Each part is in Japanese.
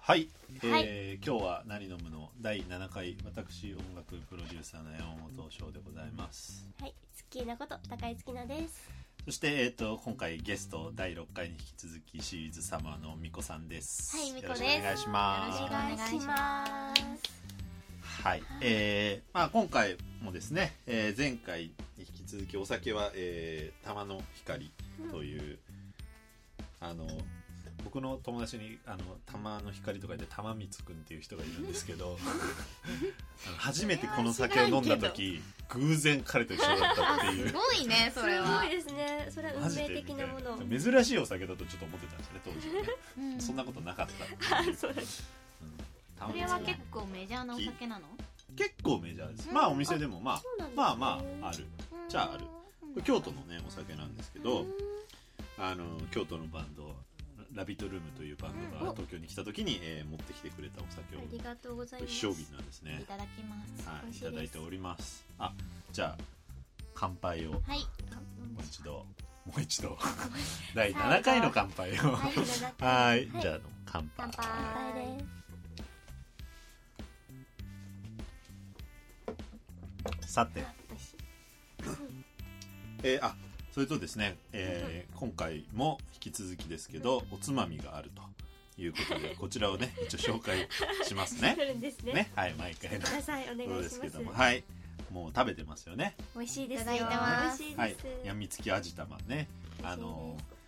はい、はえー今日は何飲むの第7回私音楽プロデューサーの山本翔でございますはい、スッキーなこと高井月菜です。そして、えー、と今回ゲスト第6回に引き続きシリーズ様のみこさんですはいみこですよろしくお願いしまよろすしくお願いします。はい、えーまあ、今回もですね、えー前回に引き続きお酒は、えー玉の光という、あの僕の友達にあの玉の光とかで玉光くんっていう人がいるんですけど あの初めてこの酒を飲んだ時偶然彼と一緒だったってあいすうごいねそれはすごいですね。それはマ 運ジ命で的なもの。みたいな珍しいお酒だとちょっと思ってたんですね当時はね、うんそんなことなかった っていうそうだうんそ玉れ光くんは結構メジャーなお酒なの結構メジャーです、うんまあお店でもまあそうなんですねまあまああるじゃああるこれ京都ののねお酒なんですけうどんあの京都のバンドラビットルームというバンドうんがお東京に来た時に、えー持ってきてくれたお酒をありがとうございます。一升瓶なんですいね、ただきますは美い、味いしいたですだいておりますあじゃあ乾杯をもはいう一度もう 一度 第7回の乾杯をはい、いただきま す。はいはいじゃあ乾杯乾杯乾杯です。さてあ美味しいえーあそれとですね、えー今回も引き続きですけどおつまみがあるということでこちらをね一応紹介します ね来るんですね。ねはい毎回のくださいおそ願ういでしすまけすど。もはいもう食べてますよね美味しいですよ。いただいてます美味しいはいです。やみつき味玉ねあの美味しい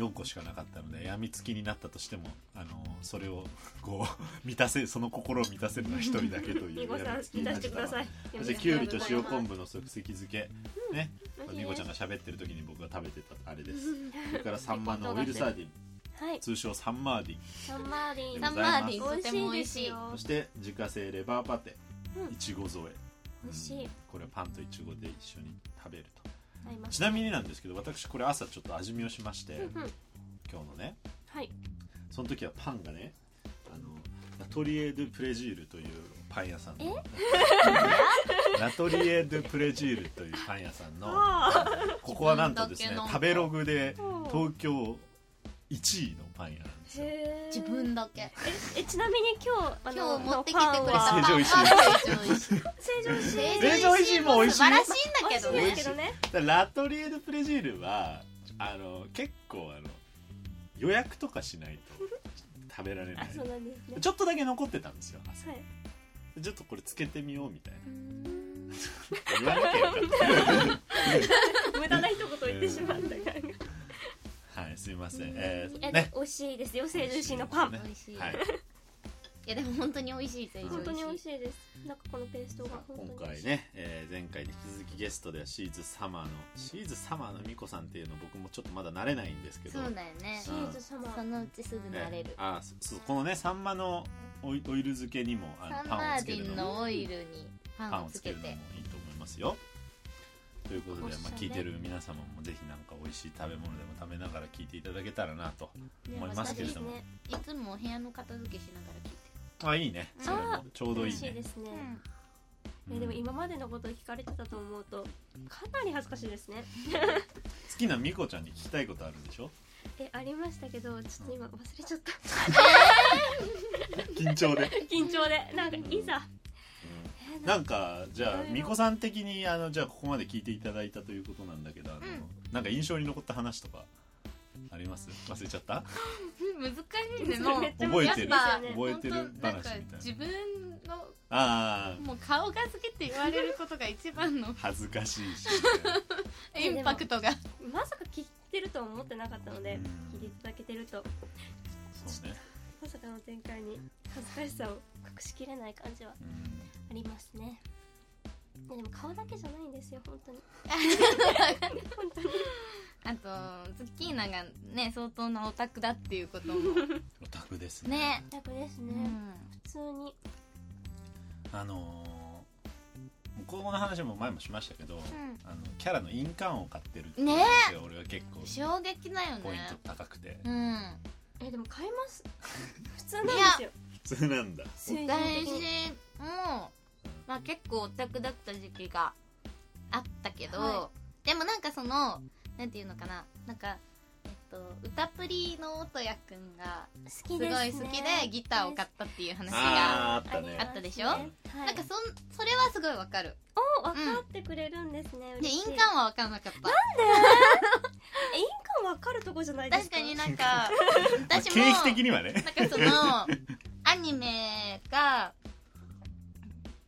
4個しかなかったのでやみつきになったとしてもあのそれをこう満たせその心を満たせるのは一人だけというみごさん、や出みつき味玉してください。そしてきゅうりと塩昆布。布の即席漬けねみこちゃんが喋ってる時に僕が食べてたあれです それからサンマのオイルサーディンはい、通称サンマーディンサンマーディン。サンマーディンとても美味しい美そ味ししいですてよ。自家製レバーパテうんいちご添え美味しいうんこれはパンといちごで一緒に食べると合いますちなみになんですけど私これ朝ちょっと味見をしましてうんうん今日のねはい。その時はパンがねあのラトリエ・ドゥ・プレジールというパン屋さん のラトリエ・ドゥ・プレジールというパン屋さんのここはなんとですね自分だけの食べログでうん東京1位のパン屋なんですよへー自分だけえちなみに今日あ今の日持ってきてく成れたパン城石井は成城石井成城石井も美味しい素晴らしいんだけど美ね味しいですけどねだからラトリエ・ドゥ・プレジールはあの結構あの予約とかしないと食べられなあいそうなんですねちょっとだけ残ってたんですよ朝はいちょっとこれつけてみようみたいな言わなきゃよかった 無駄な一言言ってしまったからはい、すみません。えーえね。美味しいですよ成城石井のパンね美味しいはい。いやでも本当に美味しい成本当城に美味石井しいですなんかこのペーストが本当に今回ね、えー前回に引き続きゲストではシーズサマーのシーズサマーのみこさんっていうの僕もちょっとまだ慣れないんですけど。そうだよねチーズ様そのうちすぐね慣れるあ、そそうこのね、サンマのオイオイル漬けにもあサのンパマンをーつデけィるンのものオイルにパパンンををつつけけるのもていいと思いますよ。ということで、おっしまゃあね聞いてる皆様もぜひなんか美味しい食べ物でも食べながら聞いていただけたらなと。思いますけれどもねいつもお部屋の片付けしながら聞いてあ、いいね。それあもちょうどい美味いしいねで。するねうえんでも今までのことを聞かれてたと思うとかなり恥ずかしいですね好きなみこちゃんに聞きたいことあるんでしょ？えありましたけどちょっと今忘れちゃった緊張で。 緊張でなんかいざえーなんかじゃいあろいろみこさん的にあのじゃあここまで聞いていただいたということなんだけどあの、なんか印象に残った話とかあります忘れちゃった 難し いねそれもうめっちゃ覚え難てしいるですよね覚えてる話みたいな本当んか自分のああもう顔が好きって言われることが一番 の恥ずかしいしインパクトがまさか聞いてるとは思ってなかったのでうん聞いていただけてるとそうね、まさかの展開に恥ずかしさを隠しきれない感じはうん、ありますねいやでも顔だけじゃないんですよ本 当に本当にあとズッキーナがね相当なオタクだっていうこともオタクですね ね、楽ですうね、ん、普通にあのー、子供の話も前もしましたけど、あのキャラの印鑑を買ってるっていう話が俺は結構衝撃だよねポイント高くてうんえでも買います普通なんですよ普通なんだ成人私的にも、まあ、結構オタクだった時期があったけど、はでもなんかそのなんていうのかななんかえっとと歌プリの音谷くんが好すきごでいす、ね、好きでギターを買ったっていう話があーあったねあったでしょはい、なんかそんそれはすごいわかるお分かってくれるんですね、で嬉しい印鑑はわかんなかったえ印鑑分かるとこじゃないです確かかになんかまあ私経も費的にはねなんかそのアニメが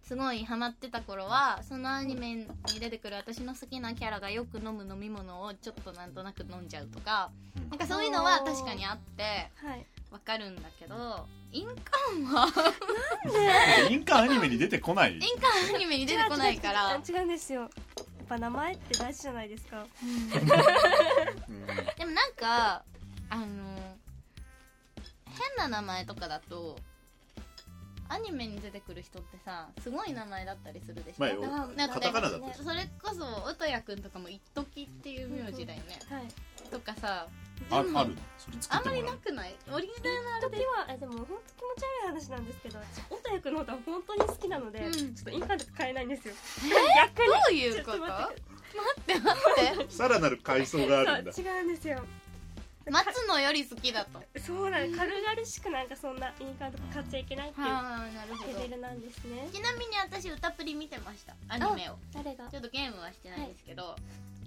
すごいハマってた頃はそのアニメに出てくる私の好きなキャラがよく飲む飲み物をちょっとなんとなく飲んじゃうとかうんなんかそういうのは確かにあってはいわかるんだけど印鑑は 印鑑アニメに出てこない印鑑アニメに出てこないから違う違う違うんですよやっぱ名前って大事じゃないですかうんでもなんかあの変な名前とかだとアニメに出てくる人ってさすごい名前だったりするでしょ、まあよあなんかねカタカナだとそれこそ音谷くんとかも「一時っていう名字だよね、はいとかさあでもあるのそれ作あっんてまりもらなうくないオリジナルの時はえでも本当気持ち悪い話なんですけど私音楽の歌は本当に好きなので、うんちょっと印鑑とか買えないんですよ逆にどういちうょっことと待待ってって待ってさらなる階層があるんだそう違うんですよ松野より好きだとはそうなの軽々しくなんかそんな印鑑とか買っちゃいけないっていうあなるほどレベルなんですねちなみに私歌プリ見てましたアニメを誰がちょっとゲームはしてないですけど、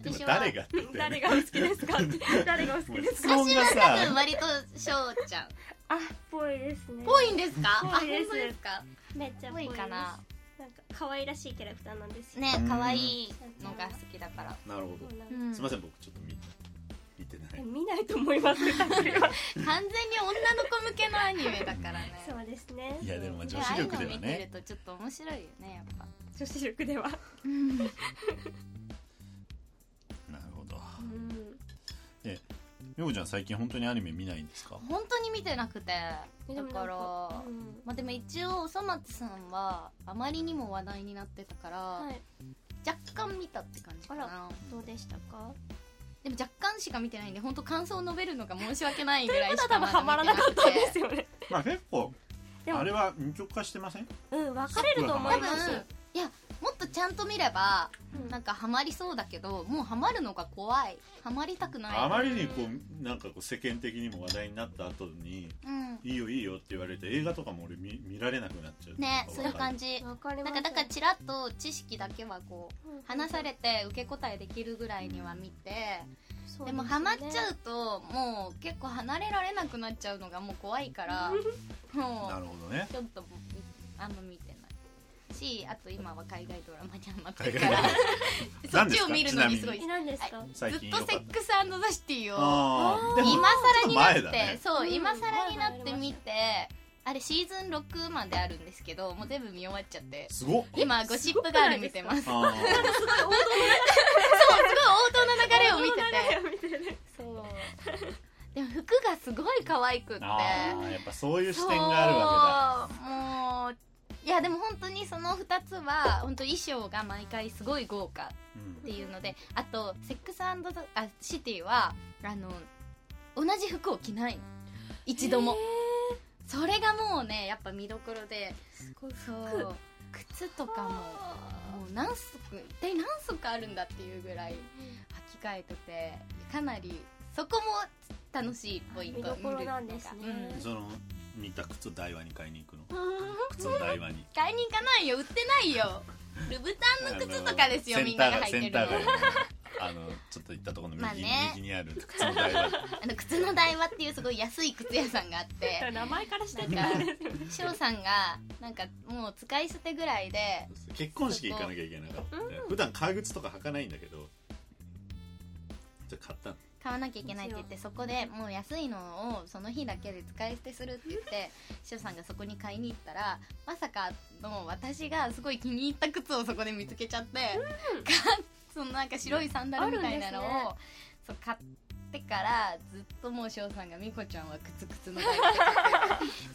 でも私は誰がって言ったよ 誰ねがお好きですかって 誰がお好きです質か問が多分さ割と翔ちゃん あっぽいですねぽいんですかあぽいです本当ですかめっちゃぽぽいいですかななんか可愛らしいキャラクターなんですよねうん可愛いのが好きだからなるほそどうなんうでんすいません僕ちょっと見見てなすい見ないと思い ます歌プリは完全に女の子向けのアニメだからねそうですねいやでもまあで女子力ではねああいうの見てるとちょっと面白いよねやっぱ女子力ではうんなるほどうんみょうちゃん最近本当にアニメ見ないんですか本当に見てなくてだなんからうんまあでも一応おそ松さんはあまりにも話題になってたから、はい若干見たって感じかあなどうでしたかでも若干しか見てないんで本当感想を述べるのが申し訳ないぐらいし多か分まハマらなかったんですよよねまあ結構でもあれは二極化してませんうん分かれると思多い分ますいやもっとちゃんと見ればうんなんかハマりそうだけどもうハマるのが怖いハマりたくないあまりにこうなんかこう世間的にも話題になった後にうん「いいよいいよ」って言われて映画とかも俺見見られなくなっちゃうねそういう感じ分かりなまんすかだからちらっと知識だけはこううん話されて受け答えできるぐらいには見てそうですよもねハマっちゃうともう結構離れられなくなっちゃうのがもう怖いからもなるほどねうちょっともうあんま見てないしあと今は海外ドラマにハマって海る外かドラマら そっちを見るのにすごいちえ何ですかず最近っとよかっセたックスザシティをああでも今更になちって、ょと前だねそう、うん今更になって見てあれシーズン6まであるんですけどもう全部見終わっちゃってすごっ今ゴシップガール見てますああすごい王そ道うすごい王道の流れを見ててを見ててそうでも服がすごい可愛くってああやっぱそういう視点があるわそうもういやでも本当にその2つは本当衣装が毎回すごい豪華けだ、うんっていうのであとセックスザあシティはあの同じ服を着ないの一度も、それがもうねやっぱ見どころでそう靴とかももう何足一体何足あるんだっていうぐらい履き替えててかなりそこも楽しいポイント見どころなんですね見るのがうんその似た靴台湾に買いに行くのう靴の台湾に買いに行かないよ売ってないよルブタンの靴とかですよあのみんなが履いセてンるのター街センター街のあのちょっと行ったところの右,、まあね右にある靴の台湾あの靴の台はっていうすごい安い靴屋さんがあってん名前からしてなんか翔さんがなんかもう使い捨てぐらいで結婚式行かなきゃいけなかったんで普段革靴とか履かないんだけどじゃあ買ったの買わなきゃいけないって言ってそこでもう安いのをその日だけで使い捨てするって言って翔さんがそこに買いに行ったらまさかの私がすごい気に入った靴をそこで見つけちゃって、かそのなんか白いサンダルみたいなのを、あるんですそう買ってからずっともう翔さんが「美子ちゃんは靴靴の台」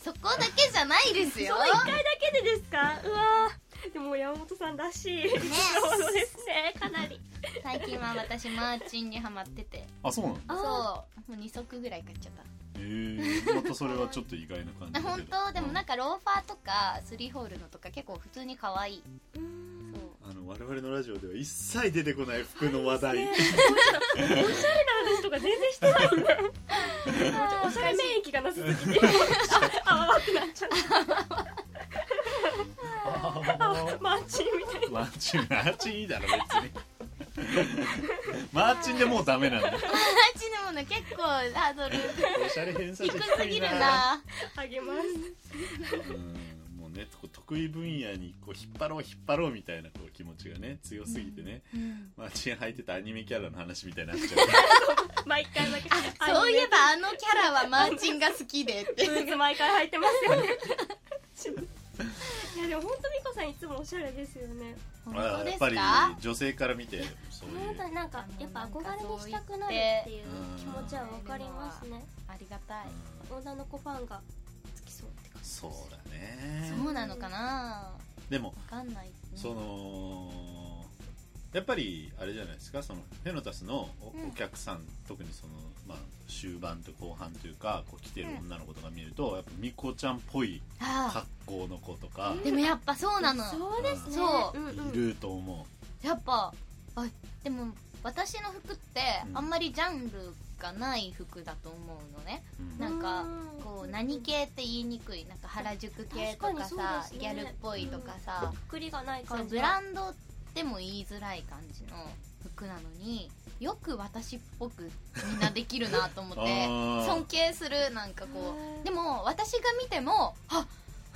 そこだけじゃないです よ。そう一回だけでですかうわーでも山本さんらしいそうですねかなり最近は私マーチンにハマっててあそうなのそうあもう2足ぐらい買っちゃったえー、またそれはちょっと意外な感じだあけど本当でもなんかかローファーとかスリーホールのとか結構普通に可愛いーうんそうあの我々のラジオでは一切出てこない服の話 題、話とか全然してないもんねおしゃれ免疫がなさすぎてあわわってなっちゃったあわマーチンみたいなマーチンマーチンいいだろ別に マーチンでもうダメなんだチでもね結構ハードルおしゃれ偏差値低す低ぎいるななあげますうんもうねこう得意分野にこう引っ張ろう引っ張ろうみたいなこう気持ちがね強すぎてね、うんマーチン履いてたアニメキャラの話みたいになっちゃ毎回だけそういえばあのキャラはマーチンが好きでってブーツ毎回履いてますよねいやでも本当美子さんいつもおしゃれですよねう 本あ当ーでやっすぱりか女性から見てそういう本当になんかやっぱ憧れにしたくなるっていう気持ちはわかりますねありがたい女の子ファンがつきそうって感じそうだねそうなのかなでもわかんないですそねのやっぱりあれじゃないですかそのフェノタスのお,、うん客さん特にその、まあ、終盤と後半というかこう来てる女の子とか見ると、やっぱミコちゃんっぽいあ格好の子とかあでもやっぱそうなのそうですねそううんうんいると思やっぱあでも私の服ってうんあんまりジャンルがない服だと思うのねう、うんなんかうこう何系って言いにくいなんか原宿系と確かかにそうさですねギャルっぽいとかさくくりがないそう感じブランドでも言いづらい感じの服なのによく私っぽくみんなできるなと思って あー尊敬するなんかこへーうでも私が見てもあ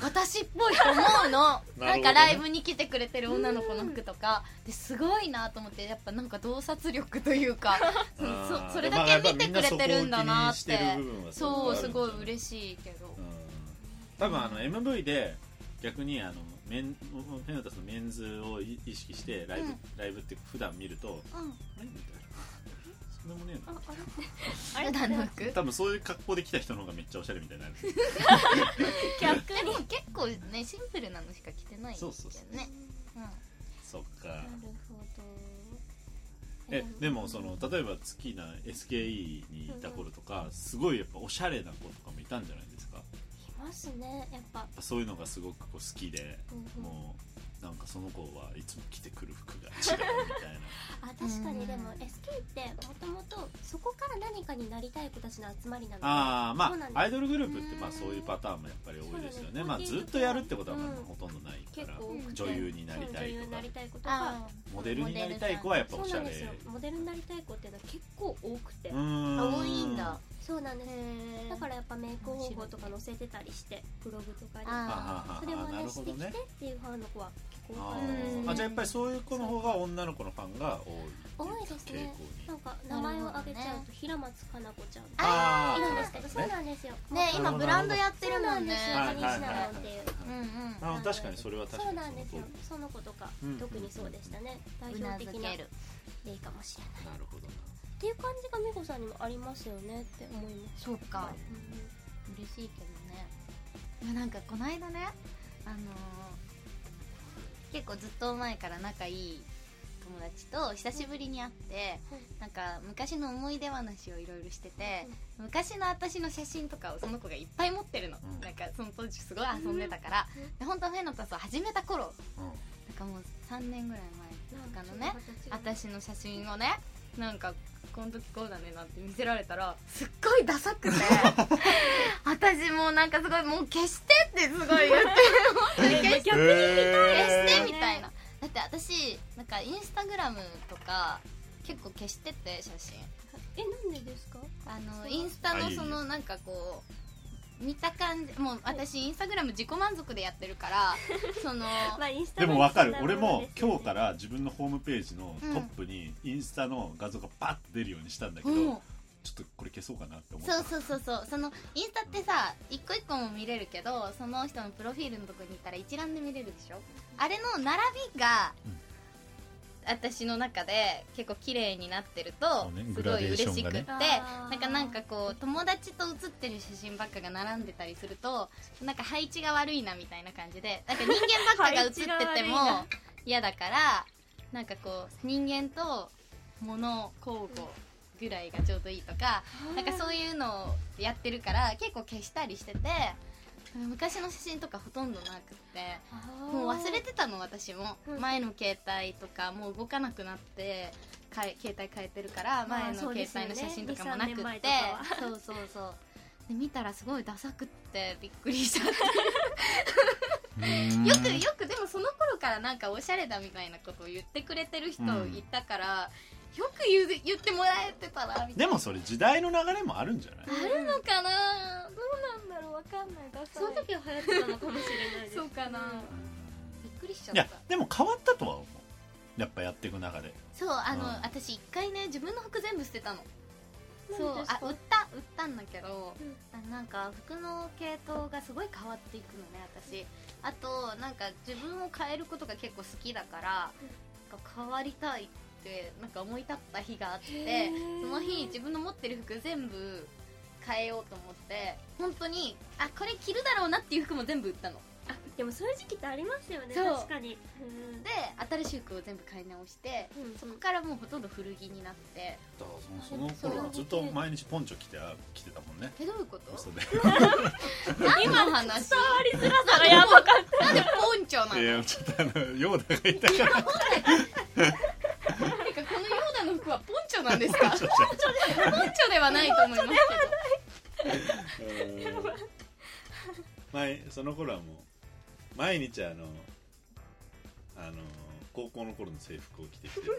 私っぽいと思 なうのな,、るほどねんかライブに来てくれてる女の子の服とかですごいなと思ってやっぱなんか洞察力とい うかそあーそそれだけ見てくれてるんだなっでてもやぱりみんなそこを気にしてる部分はいそうすごすごいあるんじゃな嬉しいけどうん多分あの MV で逆にあのメンフェノタスのメンズをい意識してライブ、うんライブって普段見るとうんあれみたいなそんなもねえああれあれ普段の服な多分そういう格好で来た人の方がめっちゃおしゃれみたい になる逆に結構ねシンプルなのしか着てないけそどうそうそうねうんそっかなるほどえでもその例えば好きな SKE にいた頃とかすごいやっぱおしゃれな子とかもいたんじゃないですかやっいますねやっぱぱそういうのがすごくこう好きでうんうんもうなんかその子はいつも着てくる服が違うみたいなあ確かうにんでも SK ってもともとそこから何かになりたい子たちの集まりなのでああまそうなんですあアイドルグループってまあそういうパターンもやっぱり多いですよね、そうまなあ、んですずっとやるってことはまあうんほとんどないか結ら構多くて女優になりたそう女いとか優になりたい子とかあモデルになりたい子はやっぱそおうしなゃんれですよモデルになりたい子っていうのは結構多くてうーんあ多いんだそうなんですだかららやっぱメイク方法とか載せてたりしてブログとかにああははそれをな真る似しほてどきてっねていうファンの子は結構多あかったですーうんあじゃあやっぱりそういう子の方が女の子のファンが多い多いですね傾向なにんか名前を挙げちゃうと平松かな子ちゃんいあるーんですけそうどですそうねなんですよねなる今ほどブランドやってそうるもなんんでねすよはい上シナロンっていううんうんあの確かにそれは確かそうになんですよの通りその子とか、うん特にそうでしたね代うな表ず的なける例かもしれないなるほどなっていう感じが美穂さんにもありますよねって思いますそうかう嬉しいけどねいやなんかこの間ねあのー結構ずっと前から仲いい友達と久しぶりに会って、うんなんか昔の思い出話をいろいろしててん、昔の私の写真とかをその子がいっぱい持ってるの、うんなんかその当時すごい遊んでたから、うんで本当はフェノタスを始めた頃うんなんかもう3年ぐらい前とかのねなんか私の写真をねなんかこの時こうだねなんて見せられたらすっごいダサ くて私もうなんかすごいもう消してってすごい言って本 当に消して消逆にしてえみたいなだって私なんかインスタグラムとか結構消してて写真えなんでですかあそうのだインスタあのいいよそのなんかこう見た感じもう私インスタグラム自己満足でやってるから そのまあインスタでもわかる俺も今日からら自分のホームページのトップにインスタの画像がパッと出るようにしたんだけど、うんちょっとこれ消そうかなって思ったそうそうそうそうそのインスタってさ一個一個も見れるけどその人のプロフィールのとこに行ったら一覧で見れるでしょあれの並びが、うん私の中で結構綺麗になってるそと、うねすごグいラデーシ嬉ョしンがくねって、あーなんかなんかこう友達と写ってる写真ばっかが並んでたりするとなんか配置が悪いなみたいな感じでなんか人間ばっかが写ってて配置が悪いもな嫌だからなんかこう人間と物交互ぐらいがちょうどいいとかなんかそういうのをやってるから結構消したりしてて昔の写真とかほとんどなくてももうう忘忘れれてたの私も、うん前の携帯とかもう動かなくなってかえ携帯変えてるからまあ前の携帯の写真とかもなくて、そうですよね2 3年前とそうそうそうで見たらすごいダサくってびっくりしちゃってうんよくよくでもその頃からなんかおしゃれだみたいなことを言ってくれてる人いたから、よく言う言ってもらえてたなみたいでもそれ時代の流れもあるんじゃないなあるのかななんだろうわかんないダサいその時は流行ってたのかもしれないですそうかなうんびっくりしちゃいやったでも変わったとは思うやっぱやっていく中でそうあの、うん私一回ね自分の服全部捨てたの何そうですあか売った売ったんだけどうん、あなんか服の系統がすごい変わっていくのね私あとなんか自分を変えることが結構好きだから、なんか変わりたいってなんか思い立った日があってその日自分の持ってる服全部変えようと思って本当にあこれ着るだろうなっていう服も全部売ったのあでもそういう時期ってありますよねそう確かにうんで新しい服を全部買い直してうんそこからもうほとんど古着になってだからそのその頃はずっと毎日ポンチョ着てあ着てたもんねえどういうこと 嘘で何の話伝わりづらさがやばかっなんでポンチョなのいやちょっとあのヨーダがいたからてかこのヨーダの服はポンチョなんです かポンチちょっとョではないと思いますけ前その頃はもう毎日あのあの高校の頃の制服を着てきてるか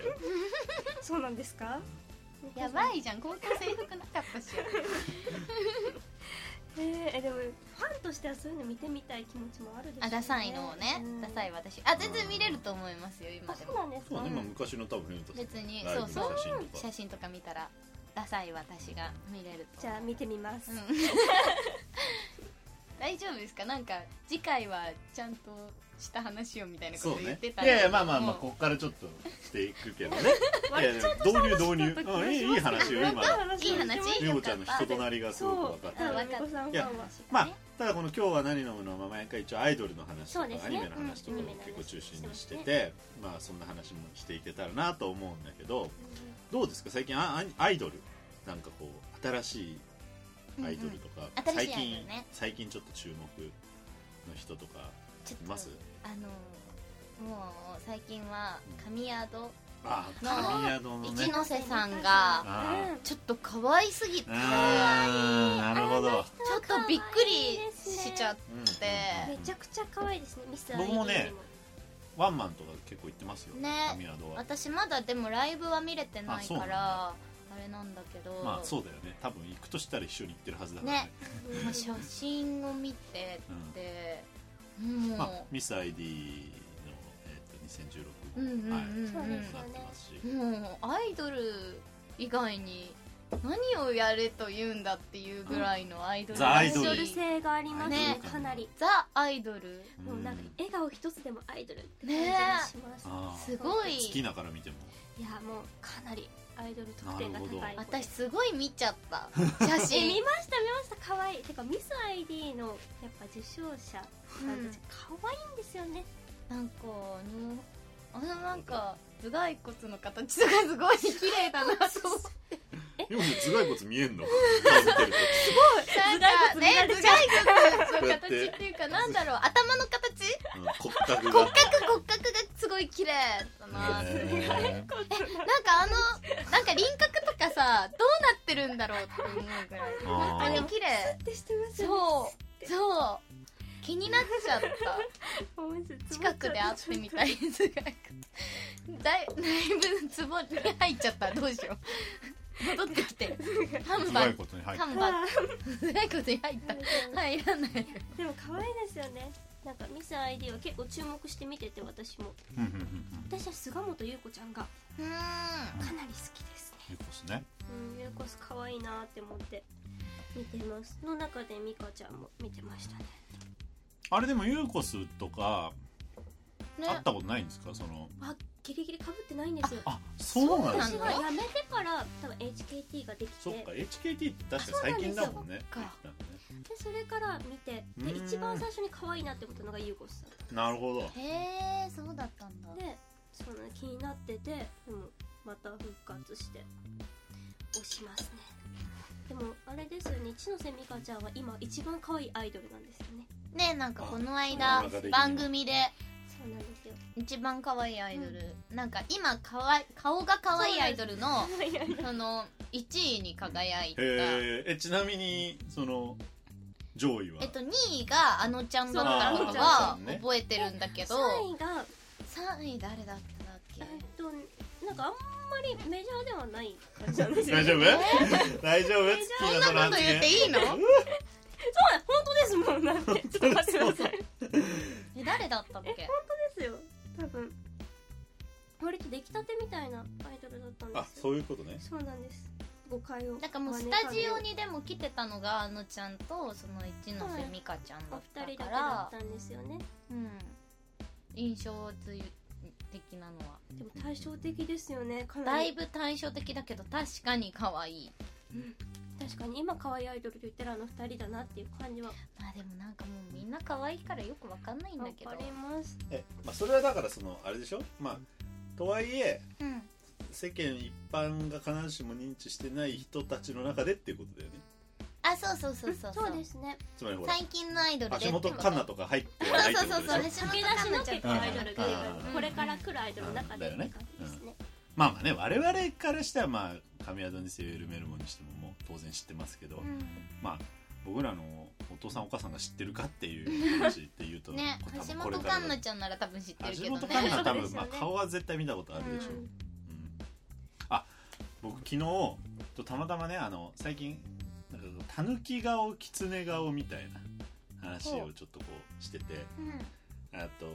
らた そうなんですかどやばいじゃん高校制服なかったしえーえでもファンとしてはそういうの見てみたい気持ちもあるでしょうねあダサいのをねうんダサい私あ全然見れると思いますよ今あでそうもなんですそうかね、まあ昔の多分レントさん別にライブのそうそう写真とか写真とか見たらダサい私が見れるとじゃあ見てみますうん大丈夫ですかなんか次回はちゃんとした話をみたいなこそとう言っねてたいけどやいやまあまあまあもうこっからちょっとしていくけどねいや割いとやちょっと導入導楽し入かった気がしますうんいいいい話よ今いい 話美穂ちゃんの人となりがすごそく分うかっ多た分わかった美穂さんファンいやはまあただこの「今日は何飲むの?」は毎回一応アイドルの話とそか、うですアねニメの話とかもうん結構中心にしてて、まあそんな話もしていけたらなと思うんだけどどうですか最近あアアイドルなんかこう新しいアイドルとか、うんうん最新しいアイド近ルね最近ちょっと注目の人とかちょっいとますあのもう最近は神宿ああの神宿のね一ノ瀬さんがあちょっと可愛すぎてちょあーなるほど、っとびっくりしちゃっうんてうめんちゃくちゃ可愛いですねミス僕もねワンマンとか結構行ってますよ、ね神宿は私まだでもライブは見れてないからああれなんだけど、まあそうだよね多分行くとしたら一緒に行ってるはずだからねねまあ写真を見てって、もう、まあ、ミス ID の、えうんうんー、と2016号、うんはいうんもなってますし、もうアイドル以外に何をやれと言うんだっていうぐらいのアイドルザアアイイドドルル性がありますねねかなりザ・アイドルうんもうなんか笑顔一つでもアイドルって感じねがしますあーすごい好きなから見てもいやもうかなりアイドル得点が高いな私すごい見ちゃった写え見真ました見ました可愛いてかミス ID のやっぱ受賞者さんたち可愛いんですよね、なんかあのあのなんか頭蓋骨の形とかすごい綺麗だなと思ってでもね頭蓋骨見えんの顔見てる頭蓋なんか骨ね見られ頭ちこう蓋骨のや形ってっていうかなんだろう頭の形と、うん、骨格骨が格骨格がすごい綺麗だなってへーなんかあのなんか輪郭とかさどうなってるんだろうって思うぐらいあー本当に綺麗ってしてますよねそうそう気になっちゃった思いつつ近くで会ってみたいすがだいだいぶツボに入っちゃったどうしよう戻ってきてハンバ頭ー蓋骨に入ってハンバーあグないことに入ったー入らないでも可愛いですよねなんかミス ID は結構注目して見てて私もうんうんうんうん私は菅本優子ちゃんがうーんかなり好きですねいいですねうん優子さん可愛いなって思って見てますの中で美香ちゃんも見てましたねあれでもユーコスとか会ねったことないんですかそのあギリギリ被ってないんですよあそうなんそうなで私すんかが辞めてから多分 HKT ができそっかて HKT って確か最近だもんねそうなんなんかねでそれから見てでうん一番最初に可愛いなってことのが優子さんなるほどへえそうだったんだでその気になっててでもまた復活して押しますねでもあれですよね一ノ瀬美香ちゃんは今一番可愛いアイドルなんですよねうねなんかこのあなか間なかできない番組でそうなんですよ一番可愛いアイドル、なんか今かわい顔が可愛いアイドルのその1位に輝いた、えーえちなみにその上位はえっと、2位があのちゃんだったのそうあはのちゃんね覚えてるんだけど3位が3位誰だったんだっけえっとなんかあんまりメジャーではない感じなんですよ大丈夫大丈夫好きなそのそんなこと発言言っていいの本当ですもんなんてちょっと待ってくださいえ誰だったっけですよ多分割と出来たてみたいなアイドルだったんであすよそういうことねそうなんです誤解をなんかもうスタジオにでも来てたのがあのちゃんとその一ノ瀬美香ちゃんおだっ二人だけたかだらったんですよねうん印象的なのはでも対照的ですよねかなだりいぶ対照的だけど確かに可愛い確かに今可愛いアイドルと言ったらあの二人だなっていう感じはまあでもなんかもうみんな可愛いからよくわかんないんだ分けどかりますえ、まあ、それはだからそのあれでしょまあとはいえうん世間一般が必ずしも認知してない人たちの中でっていうことだよねあそうそうそうそうそうですねつまりほら最近のアイドルで橋本環奈とか入ってはないってそこうとそうでしょそう橋駆け本出し環の奈っちてゃいんうアイドルでうんこれから来るアイドルの中でって感じですねまあまあね我々からしたらまあ神宿にせよ緩めるもんにしてももう当然知ってますけど、まあ僕らのお父さんお母さんが知ってるかっていう話っていうとねこれ多橋分こ本れ環から奈ちゃんなら多分知ってる橋けど本環ね奈は多そうで分、すまよあ、ね顔は絶対見たことあるでしょう、ううんんあ僕昨日とたまたまねあの最近なんかたぬき顔きつね顔みたいな話をちょっとこうしててあと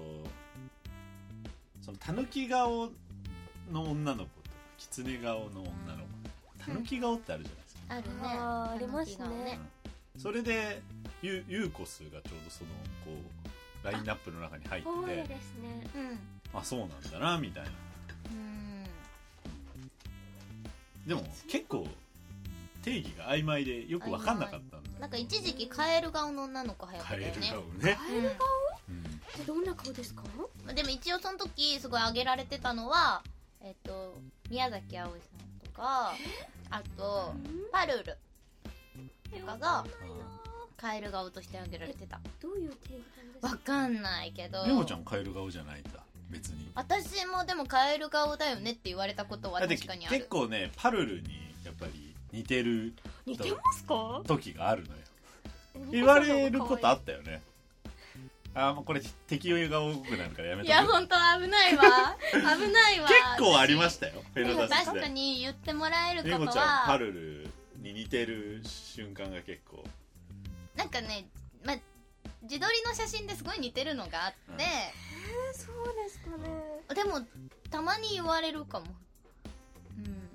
そのたぬき顔の女の子ときつね顔の女の子たぬき顔ってあるじゃないですか、あるねあーありますねあの日がそれでゆゆうこすがちょうどそのこうラインナップの中に入って多いてですねうんあそうなんだなみたいなうんでも結構定義が曖昧でよく分かんなかったんだよなんか一時期カエル顔の女の子流行っカてエたよル顔ね、ねカエうんル顔じゃあどんな顔ですかまあでも一応その時すごい挙げられてたのはえっと宮崎あおいさんとかあとパルルとかがカエル顔として挙げられてたどういう定義なんですわかかんないけど美穂ちゃんカエル顔じゃないんだ別に私もでもカエル顔だよねって言われたことはだって確かにあ結る構ねパルルにやっぱり似てる似てますか時があるのよえ言われることあったよねあーもうこれ敵用が多くなるからやめいとやく本当危 ないわ危ないわ結構ありましたよフェでルもナダス確でかに言ってもらえ美るこ穂とちゃんパはルルに似てる瞬間が結構なんかね、まあ、自撮りの写真ですごい似てるのがあって、そうですかねでもたまに言われるかもうん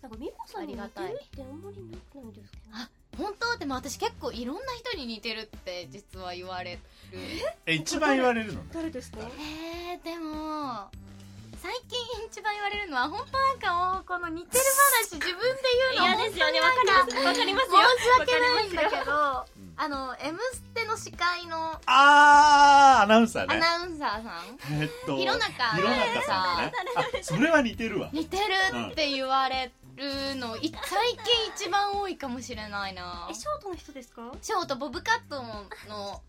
なんか美穂さんに似てるってあんまりなくないですかあ本当でも私結構いろんな人に似てるって実は言われるえ一番言われるのね誰ですかえー、でも最近一番言われるのは本当なんかもうこの似てる話自分で言うの嫌ですよねわかりますわかりますよ申し訳ないんだけどうんあの「M ステ」の司会のあーアナウンサーアねナウンサーさんえっと弘中弘中さんねあそれは似てるわ似てるって言われるのい最近一番多いかもしれないなえショートの人ですかショートボブカットの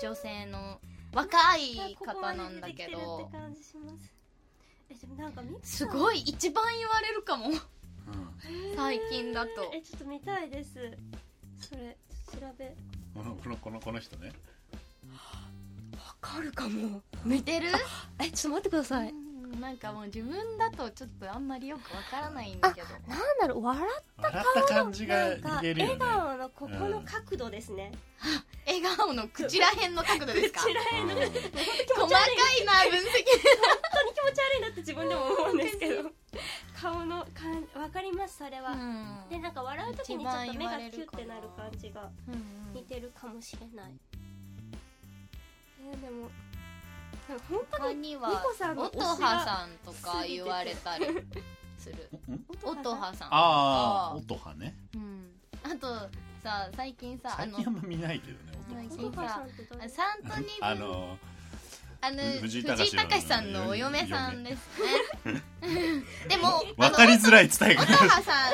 女性の若い方なんだここまけどで出てきてるって感じしますえでもなんか美穂すさんごい一番言われるかもう最近だとえちょっと見たいですそれ調べんこのこのこのこの人ねわかるかも似てるえちょっと待ってくださうんなんかもう自分だとちょっとあんまりよくわからないんだけどなんだろう笑笑った感じがなん似かてるよね笑顔のここの角度ですね、笑顔の口らへんの角度ですか口らうん細かいな分析本当に気持ち悪いなって自分でも思うんですけど顔の感わかりますそれは、でなんか笑う時にちょっと目がキュッてなる感じがうんうん似てるかもしれない、えーでもなんか本当他ににニはコさんの音推し羽がさんとか言われたりするん音羽さあんああー音羽ねうんあとさ最近さあ最の近あんま見ないけどね最音音羽近羽さんってどうサントニあブのあの藤藤井井隆の隆さんのお嫁さんです ねでもわかりづらい伝え乙方葉さん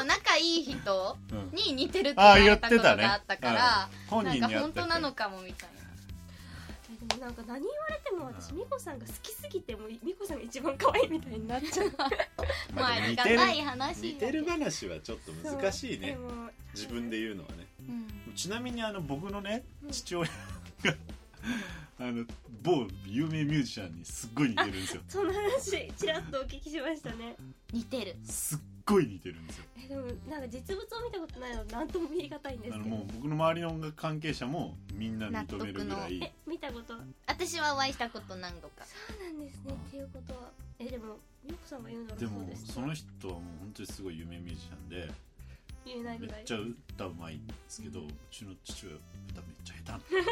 と仲いい人に似てるって言あわあ言れったてことたねがあったから、うん本人になやっんかてて本当なのかもみたいなえでもなんか何言われても私美子さんが好きすぎてもう美子さんが一番可愛いみたいになっちゃうまあまあでもあり似がてるたい話似てる話はちょっと難しいでねも自分で言うのはねうんちなみにあの僕のねうん父親があの某有名ミュージシャンにすっごい似てるんですよその話ちらっとお聞きしましたね似てるすっごい似てるんですよえでもなんか実物を見たことないのなんとも言い難いんですあけどのもう僕の周りの音楽関係者もみんな認めるぐらいえ見たことそ私はお会いしたこと何度かうなんですねっていうことはえでも美子さんが言うならでそもうですその人はもう本当にすごい有名ミュージシャンで言えないめぐらいっちゃ歌うまいんですけどうちの父親歌めっちゃ下手なんですよね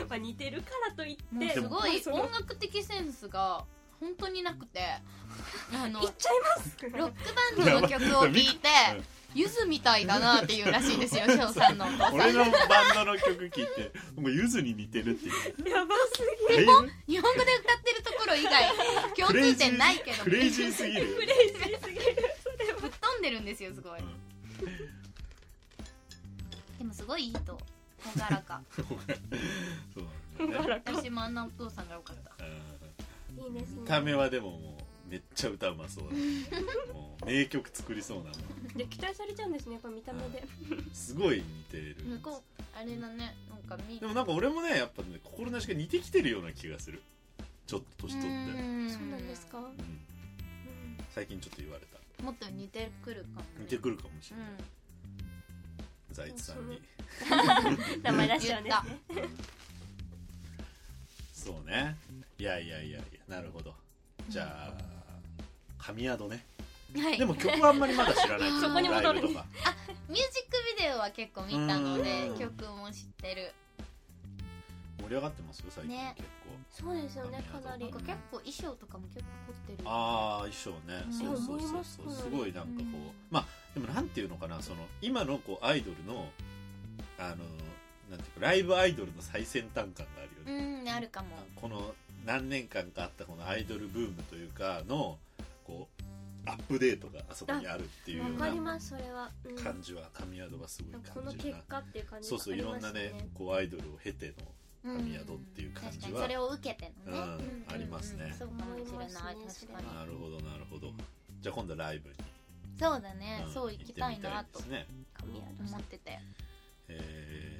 やっぱ似てるからといっもうてすもごいその音楽的センスが本当になく てあの言っちゃいますロックバンドの曲を聴いてうんゆずみたいだなっていうらしいんですよ翔さ んのお父さん俺 のバンドの曲聴いてもうゆずに似てるっていうやばすぎだいぶ日本語で歌ってるところ以外共クレイ通ジー点ないけどクレイジーすぎるよクレイジーすぎるぶっ飛んでるんですよすごいでもすごいいい人朗らかそうなんだよね私もあんなお父さんが良かったいいですうん見ねた目はでももうめっちゃ歌うまそうだもう名曲作りそうなの で期待されちゃうんですねやっぱ見た目ですごい似てる向こうあれだねなんかみでもなんか俺もねやっぱね心なしか似てきてるような気がするちょっと年取ってそうなんですかうん最近ちょっと言われたもっと似てくるかも似てくるかもしれうないん財津さんに名前出しちゃうんですねそうねいやいやいやいやなるほどじゃあ神宿ねはいでも曲はあんまりまだ知らないそこに戻るライブとかミュージックビデオは結構見たのでうん曲も知ってる盛り上がってますよ最近ね結構そうですよねかなりなんか結構衣装とかも結構凝ってるああ衣装ね、うんそうそうそうそうすごいなんかこう、まあでもなんていうのかなその今のこうアイドルのあのなんていうかライブアイドルの最先端感があるようね、んあるかもこの何年間かあったこのアイドルブームというかのこうアップデートがあそこにあるっていうようわかなりますそれは、うん、感じは神宿はすごいなんかこの感じ結るな果っていう感じそうそういろんなありねますこうアイドルを経ての神宿っていう感確かじには、それを受けてうのんねありますね、そうかもしれない思います確ねかになるほどなるほどじゃあ今度ライブにそうだねんそう行きたいな行ってとみですね神宿思っててえ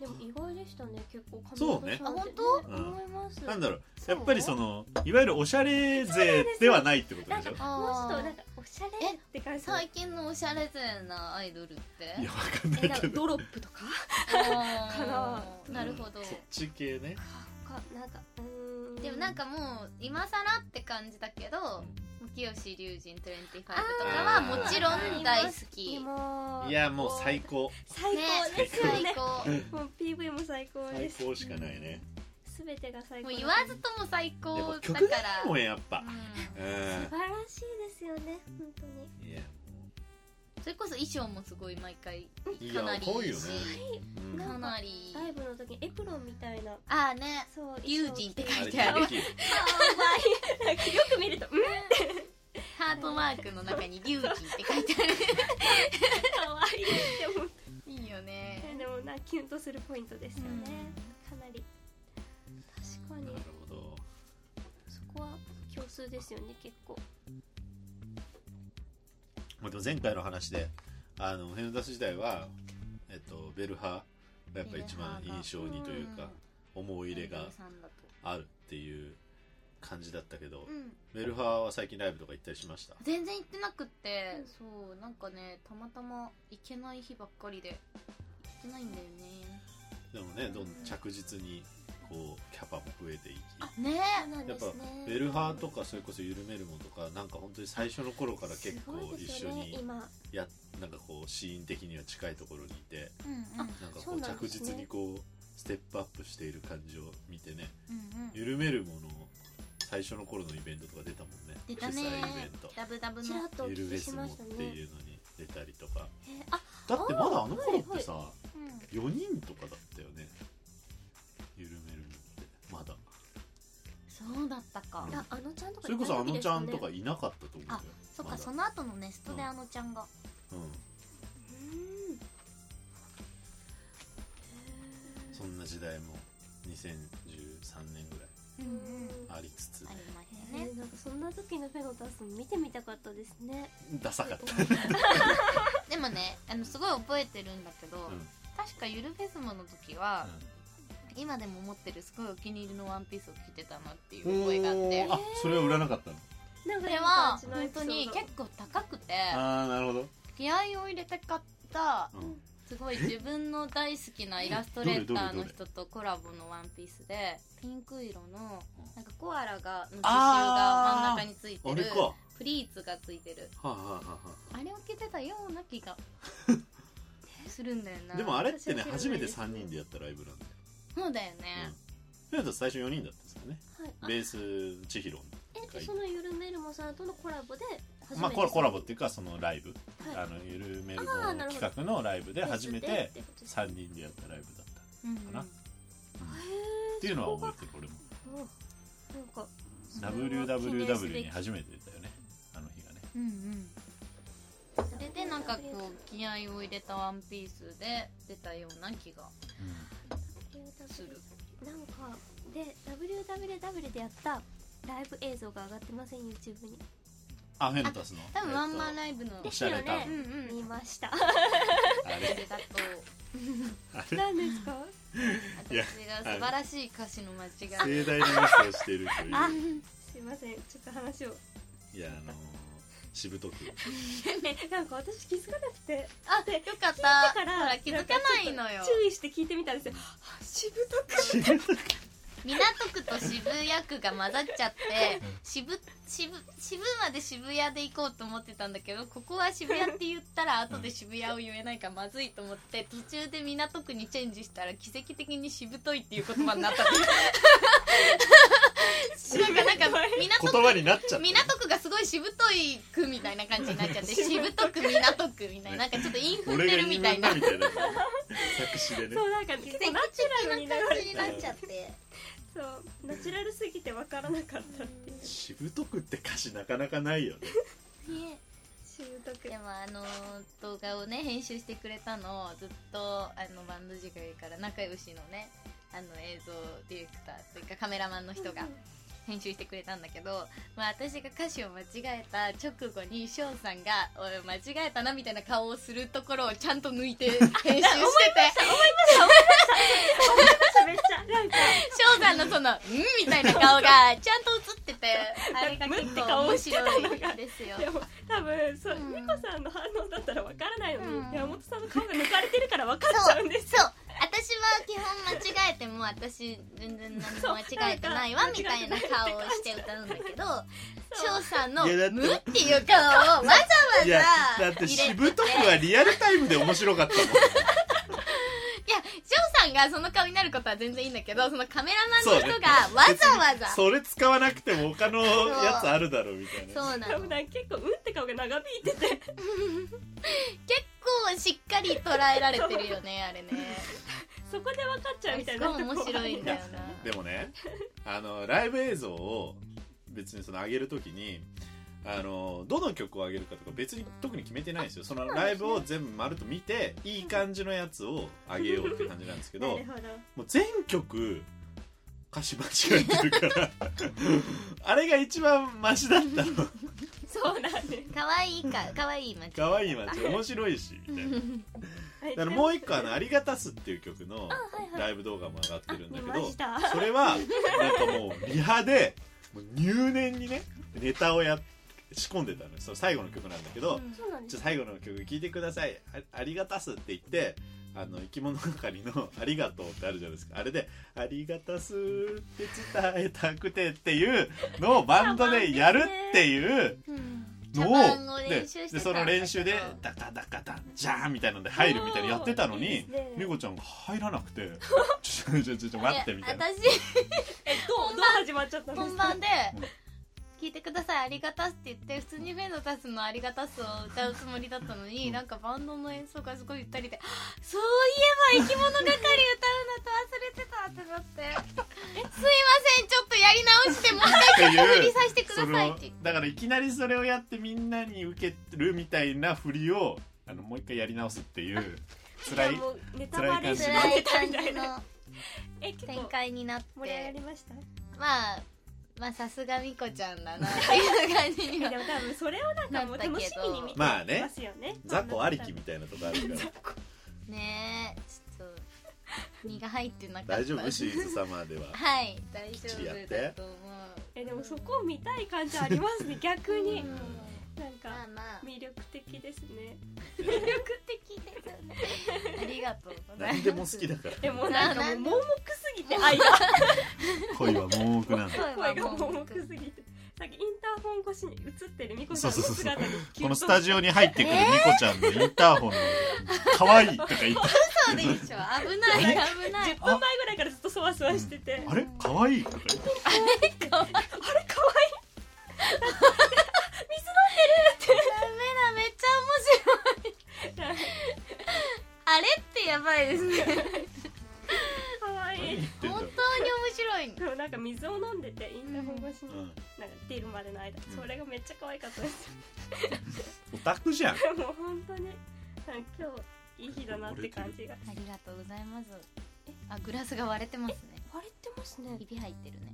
でも意外でしたね結構神そうね宿さんってあ本当思います、ーなんだろうそうやっぱりそのいわゆるおしゃれ勢ではないってことでしょもうちょっとなんかあおしゃれって感じ最近のおしゃれ勢なアイドルっていやわかんなえいなんけかどドロップとかあーか なるほどそっち系ねかなんかうーんでもなんかかもう今更って感じだけど清志龍神25とかあはーもちろん大好きもういやもう最高最高ですよね最高もう PV も最高最です高しかないね全てが最も高う言わずとも最でも高だ曲かがいらいもんやっぱうう素晴らしいですよね本当にんいやんそれこそ衣装もすごい毎回もういかやなり濃いいいよしねうんかなりライブの時にエプロンみたいなああねそう龍神ってあ書れいてある大きいなんかよく見るとうんハートマークの中に龍神って書いてある可愛いって思っいいよねてでもなキュンとするポイントですよねかなり確かなにるほどそこは共通ですよね結構まあでも前回の話であのヘンダス時代はえっとベルハがやっぱ一番印象にというか思い入れがさんだとあるっていう感じだったけど、うんメルハーは最近ライブとか行ったりしました全然行ってなくってそうなんかねたまたま行けない日ばっかりで行ってないんだよねでもねどんどん着実にこうキャパも増えていきねそうなんやっでぱすねベルハーとかそれこそ「ゆるめるも」とかなんか本当に最初の頃から結構すご一緒いですよねに今やなんかこうシーン的には近いところにいてうんうんなんかそこううなん着ですね実にこうステップアップしている感じを見てねうんうん「ゆるめるも」の最初の頃のイベントとか出たもんね出たね主催イベントダブダブちらのっとおゆるフ聞ェきスしモまっしたてねいうのに出たりとかえーあだってまだあの頃ってさ、あーはい4人とかだったよねかいやあのちゃんとかそれこそあのちゃんとかいいなかったと思うよあそまっかだその後のネストでうんあのちゃんがうんそんな時代も2013年ぐらいうんうんありつつありましたねね、なんかそんな時のフェノタスも見てみたかったですね。ダサかったでもねあのすごい覚えてるんだけど、うん確かゆるフェスモの時は、今でも持ってるすごいお気に入りのワンピースを着てたなっていう覚えがあっておーあそれは売らなかったのなんかそれは本当に結構高くてああなるほど気合を入れて買ったうんすごい自分の大好きなイラストレーターの人とコラボのワンピースでピンク色のうんなんかコアラがの刺繍が真あーん中についてあれるかはプリーツがついてるあはあはあはあれを着てたような気 がするんだよなあでもあれってね私は知初らないめてです3人でやったライブなんでそうだよね、フェルト最初4人だったんですよねはいあベース千尋えそのゆるめるもさんとのコラボで初めてまあコラコラボっていうかそのライブ、はいあのゆるめるのあーなるほど企画のライブでフェ初スめでてってことですね3人でやったライブだったっうんかなていうのは覚えてる俺もなんか WWW に初めて出たよねあの日がねうんうんそれでなんかこう気合を入れたワンピースで出たような気がするなんかで WWW でやったライブ映像が上がってません YouTube にあフェルタスの多分ワンマンイライブのおしゃれタウンうんう見んました あそれれだと何ですか私が素晴らしい歌詞の間違盛い大なミスをしているというすいませんちょっと話をいや あのー、しぶとく なんか私気づかなくてあよかっただからほら気づかないのよんかちょっと注意して聞いてみたんですよあしぶとく港区と渋谷区が混ざっちゃって渋渋渋まで渋谷で行こうと思ってたんだけどここは渋谷って言ったら後で渋谷を言えないからまずいと思って途中で港区にチェンジしたら奇跡的にしぶといっていう言葉に なったのなんかなんか港区言葉になっちゃった港区がすごいしぶとい区みたいな感じになっちゃっ てしぶとく港区みたいななんかちょっとインフっ俺てがる言いみなたみいなたいな作詞でねそうなんか結構ナチュラルに流れになっちゃってそうナチュラルすぎてわからなかったっていうしぶとくって歌詞なかなかないよねしぶとくでもあの動画をね編集してくれたのをずっとあのバンド時代から仲良しのねあの映像ディレクターというかカメラマンの人が編集してくれたんだけど、まあ、私が歌詞を間違えた直後に翔さんが「おい間違えたな」みたいな顔をするところをちゃんと抜いて編集 しててめっちゃなんか翔さんのその「ん?」みたいな顔がちゃんと映っててあれが結構面白いですよ。でも多分そう、うんニコさんの反応だったらわからないのに、うん山本さんの顔が抜かれてるからわかっそうちゃうんですそう私は基本間違えても私全然何も間違えてないわみたいな顔をして歌うんだけど翔さんの「いやだって無」っていう顔をわざわざい入やだれっててしぶとくはリアルタイムで面白かったもんいや翔さんがその顔になることは全然いいんだけどそのカメラマンの人そうねがわざわざそそう,、れ使わなくても他のやつあるだろうみたいなな多分の結なんか結構うんって顔が長引いてて構しっかり捉えられてるよねあれねそこでわかっちゃうみたすいなごい面白いんだよ でもねあのライブ映像を別にその上げるときにあのどの曲を上げるかとか別に特に決めてないんですよそのライブを全部まるっと見ていい感じのやつを上げようって感じなんですけなどるほどもう全曲歌詞間違えてるからあれが一番マシだったのそうなんですな可愛いか可愛い間違い可愛いマジ面白いしみたいなだからもう一個あの「ありがたす」っていう曲のライブ動画も上がってるんだけあ見まどしたそれはなんかもうリハでもう入念にねネタをやっ仕込んでたのよその最後の曲なんだけどそうなん「ですちょっと最後の曲聴いてくださいあありがたす」って言ってあの生き物係の 「ありがとう」ってあるじゃないですかあれで「ありがたす」って伝えたくてっていうのをバンドでやるっていうの茶番ををで練習してたんだけどでその練習で「ダカダカダンジャーン」みたいなので入るみたいなのやってたのいいにですね美子ちゃんが入らなくて「ちょちょちょちょ待って」みたいな。や私えどうどう始まっちゃったんです本か番で「聞いてくださいありがたす」って言って普通にフェンドタスの「ありがたす」を歌うつもりだったのになんかバンドの演奏がすごいゆったりで「そういえば生き物係歌うのと忘れてた」ってなって「すいませんちょっとやり直してもう一回いう振りさせてくだそさいっのて言ってだからいきなりそれをやってみんなに受けるみたいな振りをあのもう一回やり直すっていう辛いもうネタバレし辛な辛いい感じみたいのなえ結展構開になっ盛り上がてりましたまあまあさすがみこちゃんだなっていう感じにではも多分それをなんかもう楽しみに見てまあねますよね 雑魚ありきみたいなとこあるからねえちょっと身が入ってなかった大丈夫シリーズ様でははい大丈きっちりやって夫だと思うえでもそこ見たい感じあります ね逆になうんんまあかまあ魅力的です ね魅力的ですねありがとうございま何でも好きだから でもなんかもう盲目すぎて愛が恋は盲目なんだす声が 盲目すぎてさっきインターホン越しに映ってるみこさんのそうそうそう姿にキュこンのとスタジオに入ってくるニコちゃんのインターホンの「可愛いとか言ってそうでしょ危ない危ない10分前ぐらいからずっとそわそわしてて「あれ可愛いとか言ってあれ可愛いダメだめっちゃ面白いあれってやばいですね可愛何い言ってんだ本当ろにう面白いのでもなんか水を飲んでてインターホン越しにうんなんか出るまでの間それがめっちゃ可愛かったですオタクじゃんでも本当になんか今日いい日だなって感じがありがとうございますえあグラスが割れてますね割れてますねひび入ってるね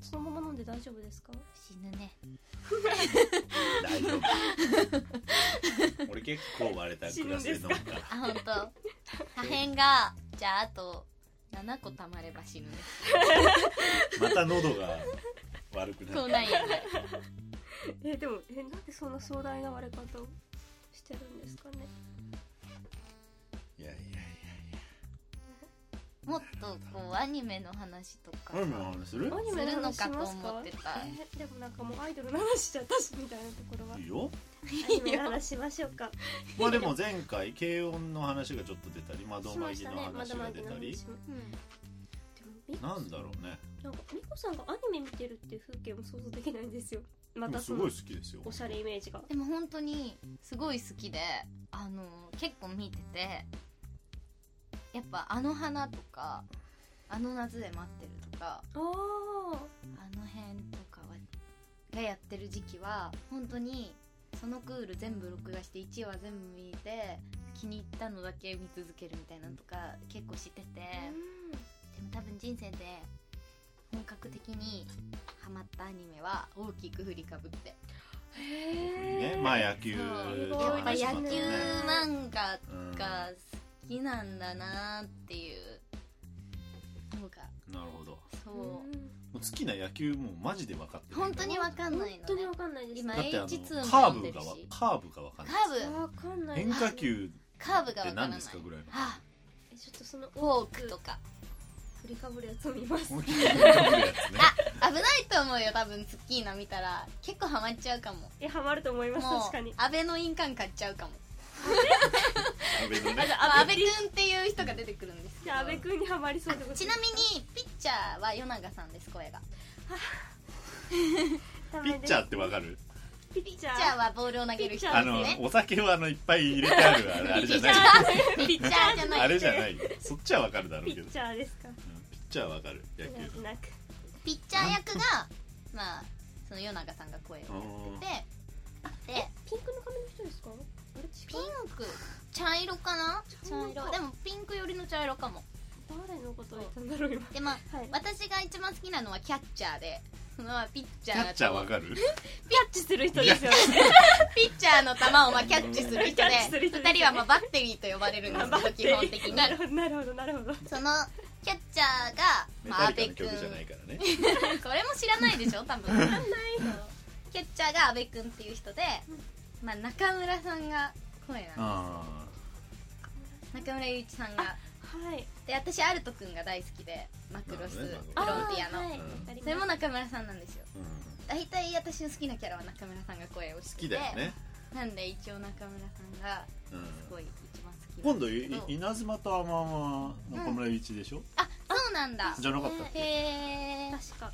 そのまま飲んで大丈夫ですか死ぬね大丈夫 俺結構割れたグラスで飲むからあ本当。破片がじゃああと7個たまれば死ぬねまた喉が悪くなこるうないよねえでもえなんでそんな壮大な割れ方をしてるんですかねいやいやいもっとこうアニメの話とかや何の話するアニすメるのの話かしとます思かってたえでもなんかもうアイドルの話じゃ私みたいなとこ ろはいいよアニメの話しましょうかまあでも前回軽音の話がちょっと出たり窓しまマしギたのねま話だまがだ出のたり話もうんでもみなんだろうねなんかみこさんがアニメ見てるっていう風景も想像できないんですよまでたもすそごのい好きですよおしゃれイメージがでも本当にすごい好きであの結構見ててやっぱ「あの花」とか「あの夏で待ってる」とあかああの辺とかはがやってる時期は本当にそのクール全部録画して1話全部見て気に入ったのだけ見続けるみたいなのとか結構しててでも多分人生で本格的にハマったアニメは大きく振りかぶってねまあ野球のやっぱ話野もあった球ね漫画うんが好きなんだなっていうなんかなるほどもそうう好きな野球もうマジで分かってる本当にわかんない本の当にねわかんないです今だってあの H2 カもーブ出てるがしわカーブが分かんないカーブわかんない変化球カーブってがわから何ないですかぐらいのあえちょっとそのフォークとか振りかぶるやつを見ます思いっきり振りかぶるやつね危ないと思うよ多分ツッキーナ見たら結構ハマっちゃうかももえハマると思いまうす確かに安倍の印鑑買っちゃうかも安倍のねまあ安倍くんっていう人が出てくるんですけじどゃあ阿部君にハマりそうってことちなみにピッチャーは与永さんです声がピッチャーーって分かるピッチャピッチャーーはボールを投げピる人ッチャあーですのねお酒はあのいっぱい入れてあるあれあれじゃないピッチャーじゃないあれじゃないそっちは分かるだろうピけどッチャーですかうんピッチャーわかる野球なんとなくピッチャー役がまあその与永さんが声をやっててでピンクの髪の人ですかあれ違うピンク茶色かな茶茶色色でもピンク寄りの茶色かも誰のことを言ったんだろう今でまあはい私が一番好きなのはキャッチャーでそのまあピッキチャーャッチャーわとかるキャッチする人ですよねピッチャーの球をまあキャッチする人でキャッチする人ですね2人はまあバッテリーと呼ばれるんですバッけテど基リ本ー的になるほどなるほどなるほどそのキャッチャーがメまあタ阿リカ部の君曲じゃないからねそれも知らないでしょ多分キャッチャーが阿部君っていう人で、まあ、中村さんが声なんあです中村雄一さんがはいで私アルト君が大好きでマクロスフなロンるほどねティアの、はいうんわかりましたそれも中村さんなんですよーうん大体私の好きなキャラは中村さんが声をし好ててきだよねなんで一応中村さんがうんすごい一番好きな今ん度ですけいど稲妻と天は中村雄一でしょあそうなんだじゃなかったっへけえ確か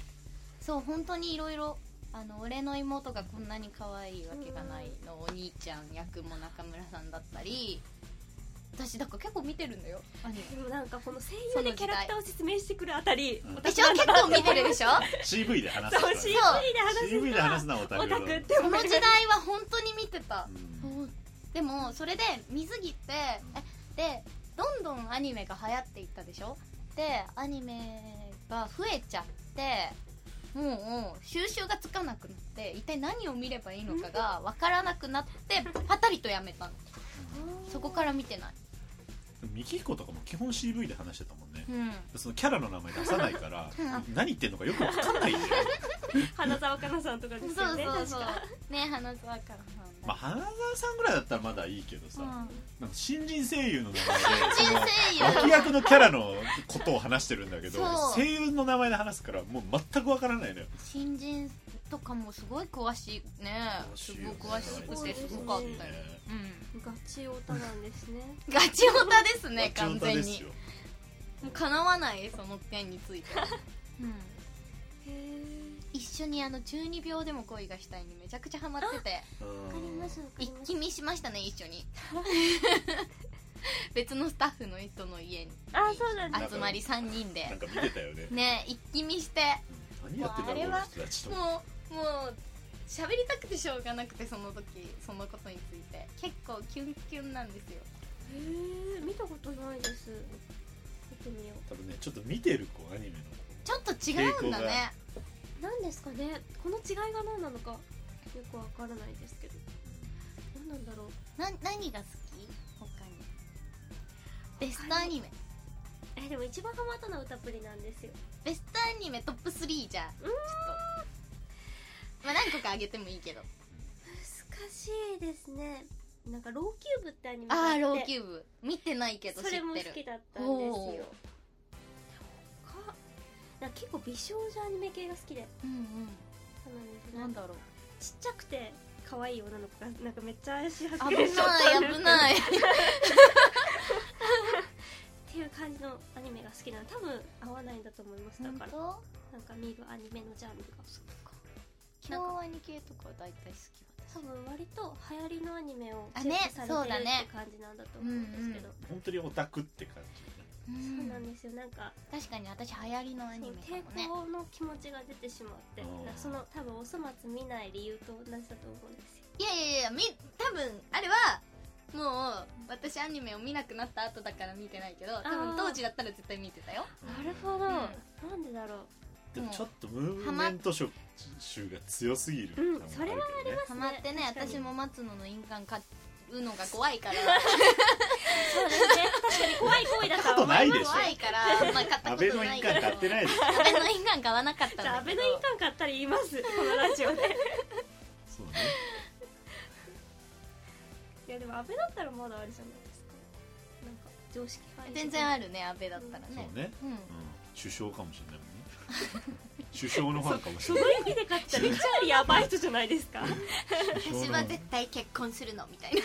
そう本当にいろいろあの俺の妹がこんなに可愛いわけがないのお兄ちゃん役も中村さんだったり私だから結構見てるんだよアニメでもなんかこの声優でキャラクターを説明してくるあたりうんでしょ結構見てるでしょ CV で話すそう CV で話す CV で話すなオタオクタクってその時代は本当に見てたうんでもそれで水着ってえでどんどんアニメが流行っていったでしょでアニメが増えちゃってもう収集がつかなくなって一体何を見ればいいのかが分からなくなってパタリとやめたのそこから見てないミキヒコとかも基本 CV で話してたもんねうんそのキャラの名前出さないから うん何言ってんのかよくわかんないんだよ花澤香菜さんとかですそうよそねう確そうかね花澤香菜さんまあだ、花澤さんぐらいだったらまだいいけどさ、うんなんか新人声優の名新前で人その声脇優役のキャラのことを話してるんだけどそう声優の名前で話すからもう全くわからないのよ新人とかもすごい詳しいねすごい詳しくてすごかったよ、うにガチオタなんですねん、ガチオタですねねガチ完オタ全ですによもうかなわないその件について、うん、へえ一緒にあの12秒でも恋がしたいにめちゃくちゃハマっ ててわかりますわかり一ます気見しましたね一緒 に別のスタッフの人の家にあそうなんだあ集まり3人なんかで見てたよねね一気見して何やってんだろうこの人たちと思っもうもう喋りたくてしょうがなくてその時そのことについて結構キュンキュンなんですよへえ見たことないです見てみよて多分ねちょっと見てる子アニメのちょっと違うんだねう何ですかねこの違いが何なのかよくわからないですけど何なんだろうな何が好き他にベストアニメえでも一番ハマったのは歌プリなんですよベストアニメトップ3じゃあちょっとまあ何個かあげてもいいけど難しいですねなんかローキューブってアニメがああロっーてキューブ見てないけど知っそれも好てきるだったんですおーよ他なんか結構美少女アニメ系が好きでうんそうなんですうんねなんだろうちっちゃくて可愛い女の子がなんかめっちゃ怪しい発危言しちゃったんないです危けどないっていう感じのアニメが好きなの多分合わないんだと思いますだから本なんか見るアニメのジャンルが当京アニ系とかは大体好き多分割と流行りのアニメをあチェねックされてるそうだっねて感じなんだと思うんですけど、本当にオタクって感うそうんなんですよなんか確かに私流行りのアニメかも抵ね抗の気持ちが出てしまってあーだからその多分おそ松見ない理由と同じだと思うんですよいやいやいやみ多分あれはもう私アニメを見なくなった後だから見てないけど多あー分当時だったら絶対見てたよじねほどうなんでだろでもちょっとムーブメント色集が強すぎるうん感それはあるけどねハマってね確かに私も松野の印鑑買うのが怖いからうそうですね確かに怖い行為だとは思ないいまでしょ怖いからまあ買っ安たこと倍のな印いけど鑑買ってないですよ安倍の印鑑買わなかっすたんじゃあだ安倍けどの印鑑買ったら言いますこのラジオでそうねいやでも安倍だったらまだあれじゃないですかなんか常識範囲全然あるね安倍だったらそうねねうんうん首相かもしれないもんね首相のファンかもしそれの ない 意味で買ったらかなりやばい人じゃないですか首私相はの絶対結婚するのみたいな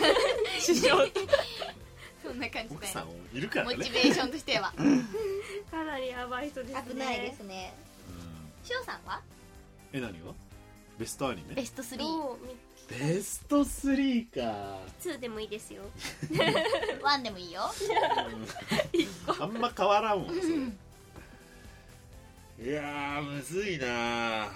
師匠って そんな感じ奥でさんいるからねモチベーションとしては 危かなりやばい人ですねないですねうんしょうさんはえ何がベストアニメベスト3どうベスト3か2でもいいですよワンでもいいよ。あんま変わらんもんそれうんいやーむずいな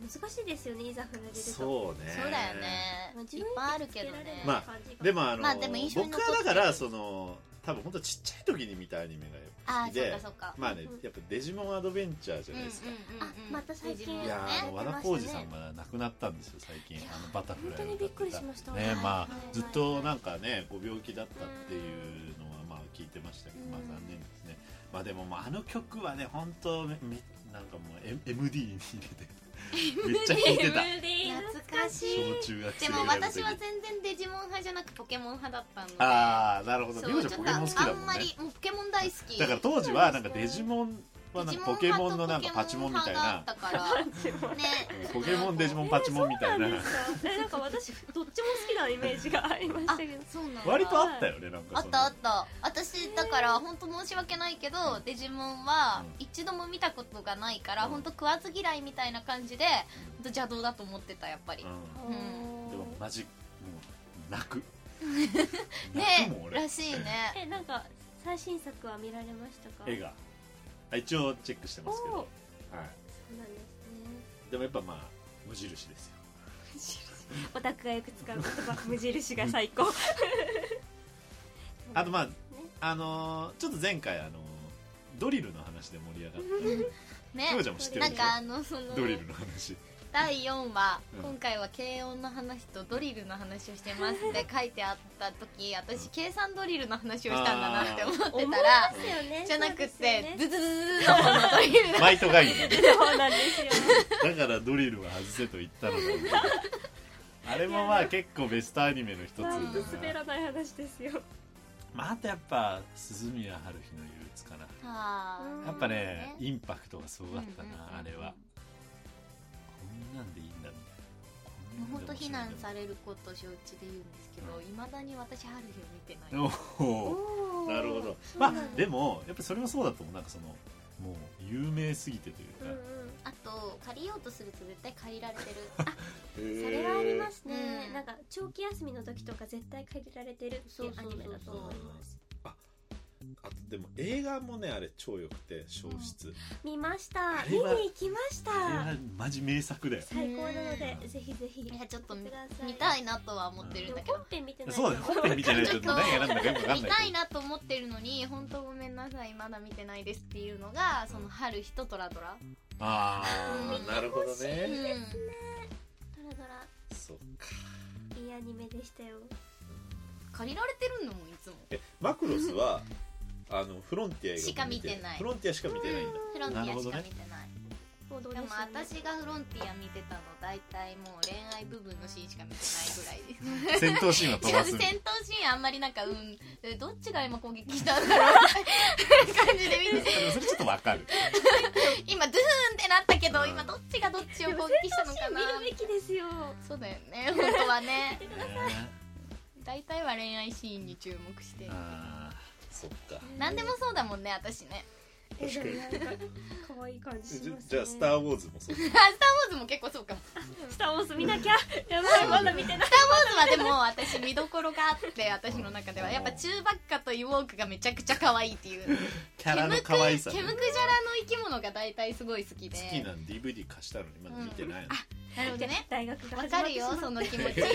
難しいですよねいざ振られるとそうねそうだよね。まあいっぱいあるけどね。まあでもあの、まあでも印象に僕残ってるはだからその多分本当ちっちゃい時に見たアニメがやっぱあ好きー、そでうかそうか。まあねうんやっぱデジモンアドベンチャーじゃないですか、あまた最近いやーあのや和って田ましたね浩二さんが亡くなったんですよ最近あのバタフ本ライ当にびっくりしましたねまあはいずっとなんかねご病気だったっていうのはまあ聞いてましたけどまあうん残念ですねまあでももうあの曲はね本当めめなんかもう M- MD に入れてめっちゃ聴いてた MD 懐かしい。小中学生でぐらもいの時私は全然デジモン派じゃなくポケモン派だったので。ああなるほど美そ穂う、ちゃちょんポケモっとン好きだあもんんまねり、もうポケモン大好き。だから当時はなんかデジモンはなんデジかモポンケ派モとンのなんかパチモンみたいなポケモン派があった から。ね。うんポケモンデジモンパチモンみたいなえなんか私どっちも好きなイメージがありましたけどそうなんだ割とあったよねなんあかそったあっのた私だから本当申し訳ないけどデジモンは一度も見たことがないからうん本当食わず嫌いみたいな感じでほんと邪道だと思ってたやっぱりうんうん でもマジもう泣く泣ねくもん俺らしいねえなんか最新作は見られましたか絵があ一応チェックしてますけど、はおいー、そうなんですでもやっぱまあ無印ですよねオタクがよく使う言葉無印が最高あとまあ、あのーちょっと前回あのードリルの話で盛り上がっねひまちゃんも知ってるなでんしょかあのそのたドリルの話第4話、うん今回は軽音の話とドリルの話をしてますって書いてあった時私計算ドリルの話をしたんだなって思ってたらですよねじゃなくそうですてよねズズズズズの方のドリルだバイトがいいね そうなんですよだからドリルは外せと言ったのだあれもまあ結構ベストアニメの一つだな本当滑らない話ですよまああとやっぱ鈴宮春日の憂鬱かなはやっぱねインパクトがすごかったうんうんうんなあれはこんなんでいいんだみたいな本当非難されれること承知で言うんですけどいまだに私春日を見てないおおおーなるほどそうまなあんだでもやっぱそれはそうだと思うなんかそのもう有名すぎてといううんかうんあと借りようとすると絶対借りら れてるそれはありますね、うんなんか長期休みの時とか絶対限られてるっていうアニメだと思いますあとでも映画もねあれ超良くて消失見ましたあ見れには行きましたあれはマジ名作だよ最高なのでうんぜひぜひいやちょっと見見てくださ 見たいいなとは思ってるでんもだけど本編見てないそうだね本編見てないと何が何だかよく分かん見ないたいなと思ってるのに本当ごめんなさいまだ見てないですっていうのがその春日とトラドラああなるほどうねんドラドそうラいいアニメでしたよ借りられてるのもいつもえマクロスはあのフロンティア以外しか見てないフロンティアしか見てないんだフロンティなアるほしどかね見てない王道でですよもね私がフロンティア見てたの大体もう恋愛部分のシーンしか見てないぐらいです戦闘シーンは飛しかばもす戦み闘たいシーンあんまりなんかうんえどっちが今攻撃したんだろうみたいな感じで見てなでもそれちょっとわかる今ドゥーンってなったけどうん今どっちがどっちをでも攻撃したのかな見るべきですよそうだよね本当はねね大体は恋愛シーンに注目してあーそっか何でもそうだもんね私ねえでもなんか可愛い感じしますねー・ウォーズもそうあスター・ウォーズも結構そうかもススターウォーズ見なきゃやばいまだ見てないター・ウォーズはでも私見どころがあって私の中ではやっぱチューバッカとイウォークがめちゃくちゃ可愛いっていうキケャラムのク可愛さケムクジャラの生き物が大体すごい好きで好きなん DVD 貸したのにまだ見てないのなるほどね大学がわ始まっかるてしよまうその気持ちあれ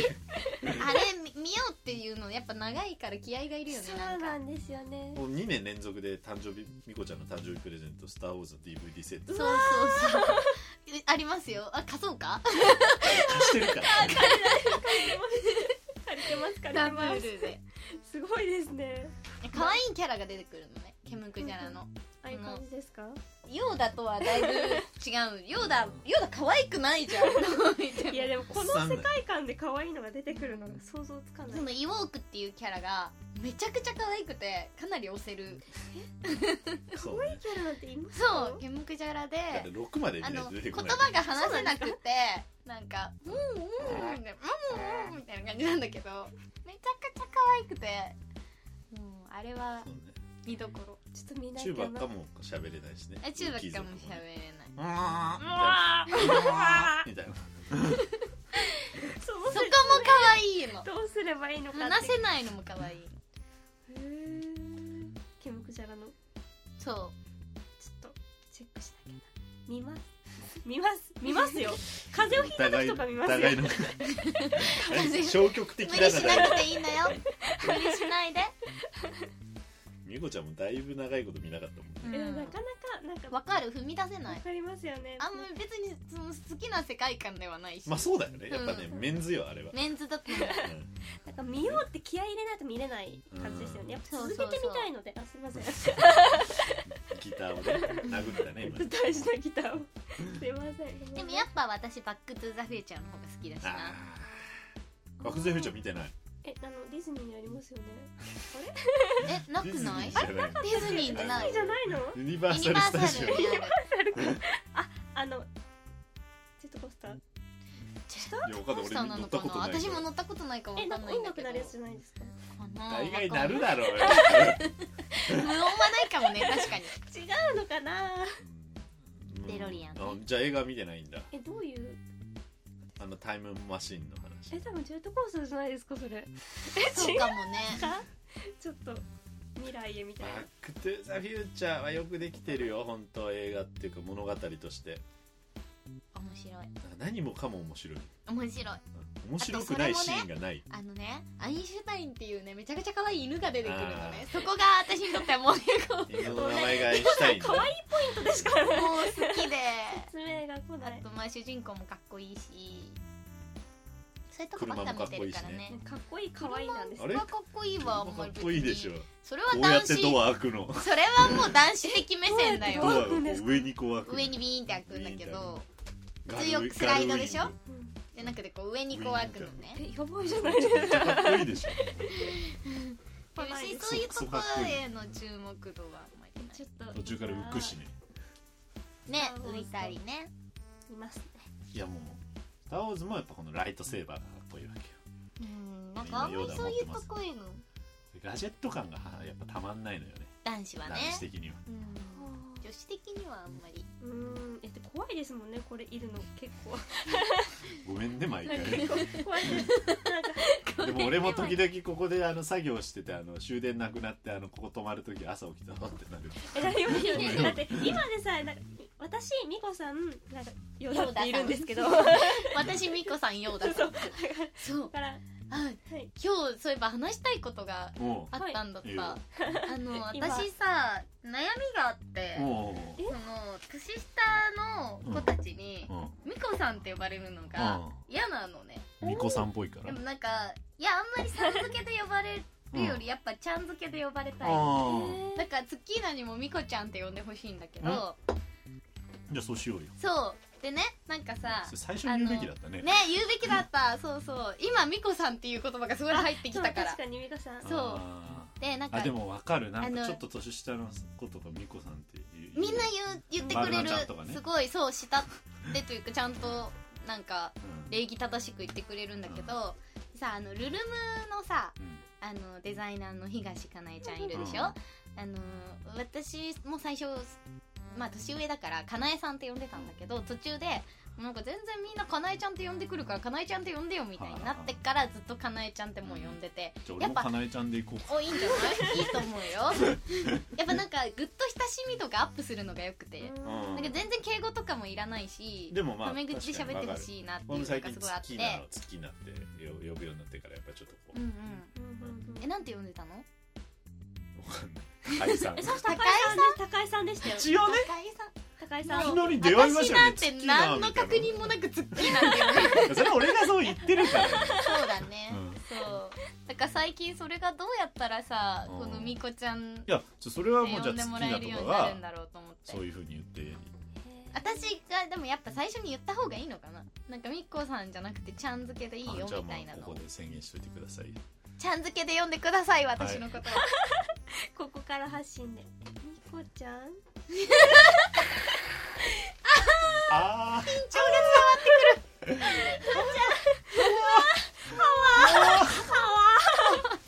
み見ようっていうのやっぱ長いから気合がいるよねそなうんかなんですよねもう2年連続で誕生日みこちゃんの誕生日プレゼント「スター・ウォーズ」の DVD セットそうそうそうえ ありますよあ貸そうか貸してるから借りてます借りダてブますルですごいですね可愛いキャラが出てくるのねケムクジャラのああいう感じですかヨーダとはだいぶ違うヨーダヨーダ可愛くないじゃんどう見てもいやでもこの世界観で可愛いのが出てくるのが想像つかないそのイウォークっていうキャラがめちゃくちゃ可愛くてかなり押せるそうねキャラなんていますかそうケムクジャラでだって6まで見あないのと出て言こ葉ないが話せなくてなんか「うんうん」みたいな「うんうん」みたいな感じなんだけどめちゃくちゃ可愛くてもうあれはそうね見どころちょっと見なチきューバゃッなカも喋れないしねえ中学かもしゃべれないあ みたいなそうそこも可愛いのどうすればいいのかって話せないのも可愛いへーケムクジャラのちそょっとチェックしなきゃな見ます見ます見ますよ風邪をひいた時とか見ますよ 互いの消極う的無だ理しななくて いいんだよ無理しないでみこちゃんもだいぶ長いこと見なかったもんねえなかなかなんかわかる踏み出せなわいかりますよねあんまり別にその好きな世界観ではないしまあそうだよねやっぱねうメンズよあれはメンズだったんだうんなんか見ようって気合い入れないと見れない感じですよねやっぱ続けてみたいのであすいませんギターをね殴ったね今 大事なギターをすいませんでもやっぱ私バック・トゥ・ザ・フューチャーの方が好きだしあなー漠然フューチャー見てないえあのディズニーにありますよねえなくディズニないーじゃないディズニーってなデいィズニーじゃないのユニバーユサニルバースタサジルにオあるあのジェットコースターいやわかんなコいースター俺な乗のったかこなとないけ私ども乗ったことないからえ分かなんんなかいん音だ楽けどなるやつじゃないですかかな大概なるわだろうよかんない無音はないかもね確かに違うのかなうん デロリアンねあじゃあ映画見てないんだえどういうあのタイムマシンの話え多分ジェットコースターじゃないですかそれそうかもねちょっと未来へみたいバなックトゥザフューチャーはよくできてるよ本当映画っていうか物語として面白い何もかも面白い面白いうん面白くないシーンがない、あのねアインシュタインっていうねめちゃくちゃ可愛い犬が出てくるのねそこここが私にとってはもうもう好犬の名前がアインシュタインだきで説明が来あないとまあ主人公もかっこいいしそういうとこばっか見てるからねかっこいい可愛いなんですあそれれはかっこいいわあんまかっり別にこいいでしょそれはこうやっ男て子ドア開くのそれはもう男子的目線だドよアがこう上にこう開くの上にビーンって開くんだけどガル強くスライドでしょガルウじゃなくてこう上にこう開くのねえやばいじゃないですィングかかっこいい でしょそうないですいうところへの注目度はあんまりないちょっと途中から浮くしねね浮いたりねいますねいやもう「スター・ウォーズ」もやっぱこのライトセーバーがかっこいいわけようんなんかあんまりそういうとこへのガジェット感がやっぱたまんないのよね男子はね男子的にはうん女子的にはあんまりうーんえで怖いですもんねこれいるの結構ごめんね毎なん回かね 怖いでも俺も時々ここであの作業しててあの終電なくなってあのここ止まる時朝起きたのってなるえだよねだって今でさえなんか私美子さんなんかよだっているんですけどだ 私みこさんようだそうそうからあはい今日そういえば話したいことがもあったんだった、はいあの今私さ悩みがあってうもその年下の子たちにううん「みこさん」って呼ばれるのが嫌なのねうん巫女さんっぽいかでらもなんかいやあんまりさん付けで呼ばれるよりやっぱちゃん付けで呼ばれたいあだからツッキーナにも「みこちゃん」って呼んでほしいんだけどあじゃあそうしようよそうでねなんかさそれ最初に言うべきだったねね言うべきだったそうそう今「みこさん」っていう言葉がすごい入ってきそうたから確かに美子さんそうあでなんーあかでもわかるなんあかのちょっと年下の子とかみこさんって言うみんな言う言ってく丸れる々ちゃんとかねすごいそう慕ってというかちゃんとなんかうん礼儀正しく言ってくれるんだけど、さあのルルムのさうんあのデザイナーの東かなえちゃんいるでしょ、あの私も最初まあ年上だからかなえさんって呼んでたんだけど途中でなんか全然みんなかなえちゃんって呼んでくるからかなえちゃんって呼んでよみたいになってからずっとかなえちゃんってもう呼んでて、じゃあ俺やっもぱかなえちゃんでいこうおいいんじゃ ないいいと思うよやっぱなんかぐっと親しみ度がアップするのがよくて、うんなんか全然敬語とかもいらないしでもまあタメ口で喋ってほいしいなってい俺うものが最すごい近月あってな月なって呼ぶようになってからやっぱちょっとこうんううんうんえなんて呼んでたのわかんない解 散えそう高井さんで高井さんでしたよ一応ね高井さん高井さんをいきなり出会いまし私たよなんねて何の確認ももなくツッキーなんて呼ん でるそれは俺がそう言ってるからねそうだね、うんそうだから最近それがどうやったらさうんこのみこちゃんっいてやちょそれはもうじ呼ゃんでもあらえ月る日よとうかになるんがだろうと思ってそういうふうに言って私がでもやっぱ最初に言った方がいいのかななんかみっこさんじゃなくてちゃん付けでいいよあみじゃあたいなもうのここで宣言しといてくださいちゃん付けで呼んでください私のことを、ここから発信でみこちゃんああ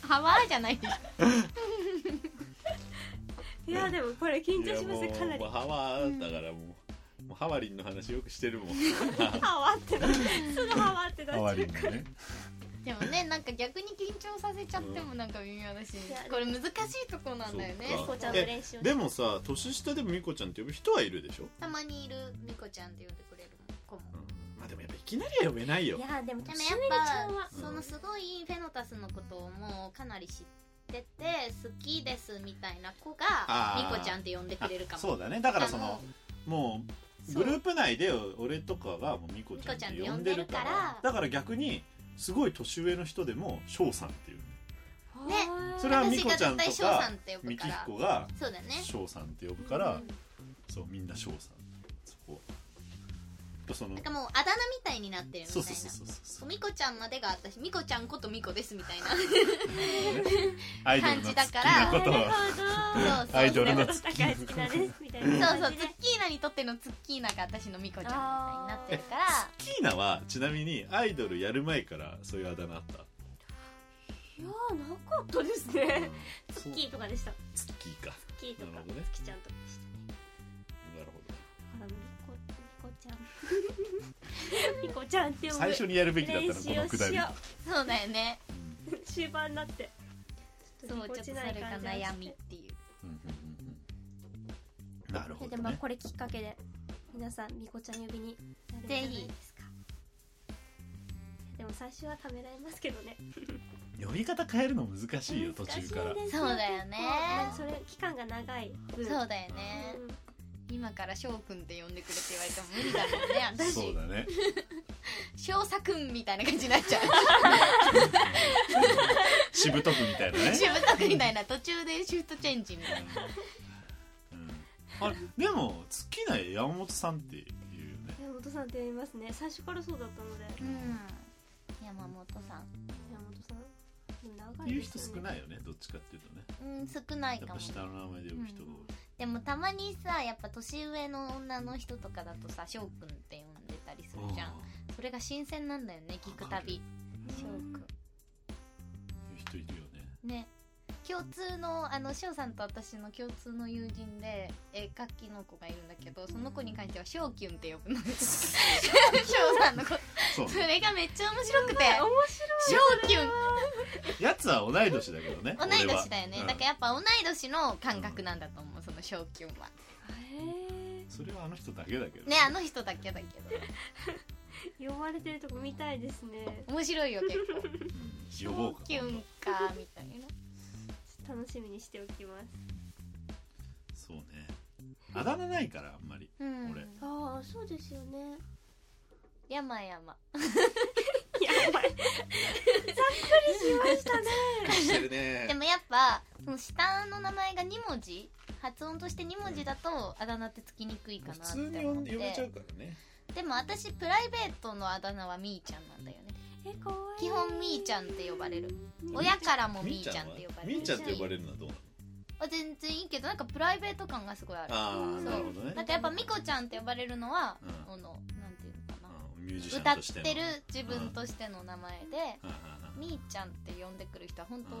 ハワーじゃないでしょいやでもこれ緊張しますいねやかなりもうハワーだからもうもうハワリンの話よくしてるもんハワってなすぐハワって なっハワちゃうリンのねでもねなんか逆に緊張させちゃってもなんか微妙だし、やこれ難しいとこなんだよねそみうこかちゃんの練習をでもさ年下でもみこちゃんって呼ぶ人はいるでしょ、たまにいるみこちゃんって呼んでくれる子もまあでもやっぱいきなりは呼べないよいやでもでも年や上っにちゃんはぱそのすごいフェノタスのことをもうかなり知ってて好きですみたいな子あーがみこちゃんって呼んでくれるかあもそうだねだからそあののもうグループ内で俺とかがもうみこちゃんって呼んでるからみこちゃんって呼んでるからだから逆にすごい年上の人でも翔さんっていうねはーそれはみ私こがちゃ絶んと対翔かさんって呼ぶみかきらひこがそうだね翔さんって呼ぶから、うんそうみんな翔さんそこそのなんかもうあだ名みたいになってるみたそいうなそうそうそう そうみこちゃんまでが私みこちゃんことみこですみた いなアイドルの好きなこなとるほはそうそうアイドルどの高好い好ききななこですみたいそなうそう感ツじッでキーナにとってのツッキーナが私のみこちゃんみたいになってるからとキーナはちなみにアイドルやる前からそういうあだ名あったいやーなかったです ねツッキーとかでしたツッキーかキーとなかるほどねツキちゃんとかでしたねなるほどだからみこみこちゃん ピコちゃんって呼ぶ最初にやるべきだった練ら習このをくしだりよそうだよねう終盤になってそうちょっとそれが悩みっていううんうんうんうんなるほえどでもねこれきっかけで皆さんみこちゃん呼びになるんじゃないですかでも最初はためらいますけどね呼び方変えるの難しいよ途難しいです中からよそうだよね結構それ期間が長い分そうだよねうん今から翔くんって呼んでくれって言われても無理だもんね私 そうだね翔さくんみたいな感じになっちゃしぶとくみたいな うねしぶとくみたいな途中でシフトチェンジみたいなうんあれでも尽きない山本さんっていうよね山本さんって呼びますね最初からそうだったのでうん山本さ山本さん長い言うで人すよ少ねないよねどっちかっていうとねんうん少ないやっかぱも下の名前で呼ぶ人が多いでもたまにさやっぱ年上の女の人とかだとさ翔くんって呼んでたりするじゃんあそれが新鮮なんだよね聞くたび翔くあいう人いるよねんね共通のあの翔さんと私の共通の友人で絵描きの子がいるんだけどその子に関しては翔キュンって呼ぶの翔さんの子そうそねれがめっちゃ面白くて翔キュンやつは同い年だけどね同い俺は年だよね、うんだからやっぱ同い年の感覚なんだと思うその昇級はへそれはあの人だけだけどねあの人だけだけどー呼ばれてるとこ見たいですね面白いよ結構 呼ぼうかキュンかみたいな楽しみにしておきますそうねあだ名ないからあんまりうん俺ああそうですよね山山やばいざっくりしましたねしてるでねもやっぱその下の名前が2文字発音として2文字だとあだ名ってつきにくいかな普って通に呼思っんで呼べちゃうてからねでも私プライベートのあだ名はみーちゃんなんだよねえかわいい基本みーちゃんって呼ばれるん親からもみみーーちちゃゃんんっはて呼ばれるみーちゃんって呼ばれるのはどうなのあ全然いいけどなんかプライベート感がすごいあるああそうなるほどねなんかやっぱミコちゃんって呼ばれるのは、うんあのなんていうのかな、うんミュージシャ歌ンとっしてのてる自分としての名前で、うんうんうんみーちゃんって呼んでくる人は本当、うん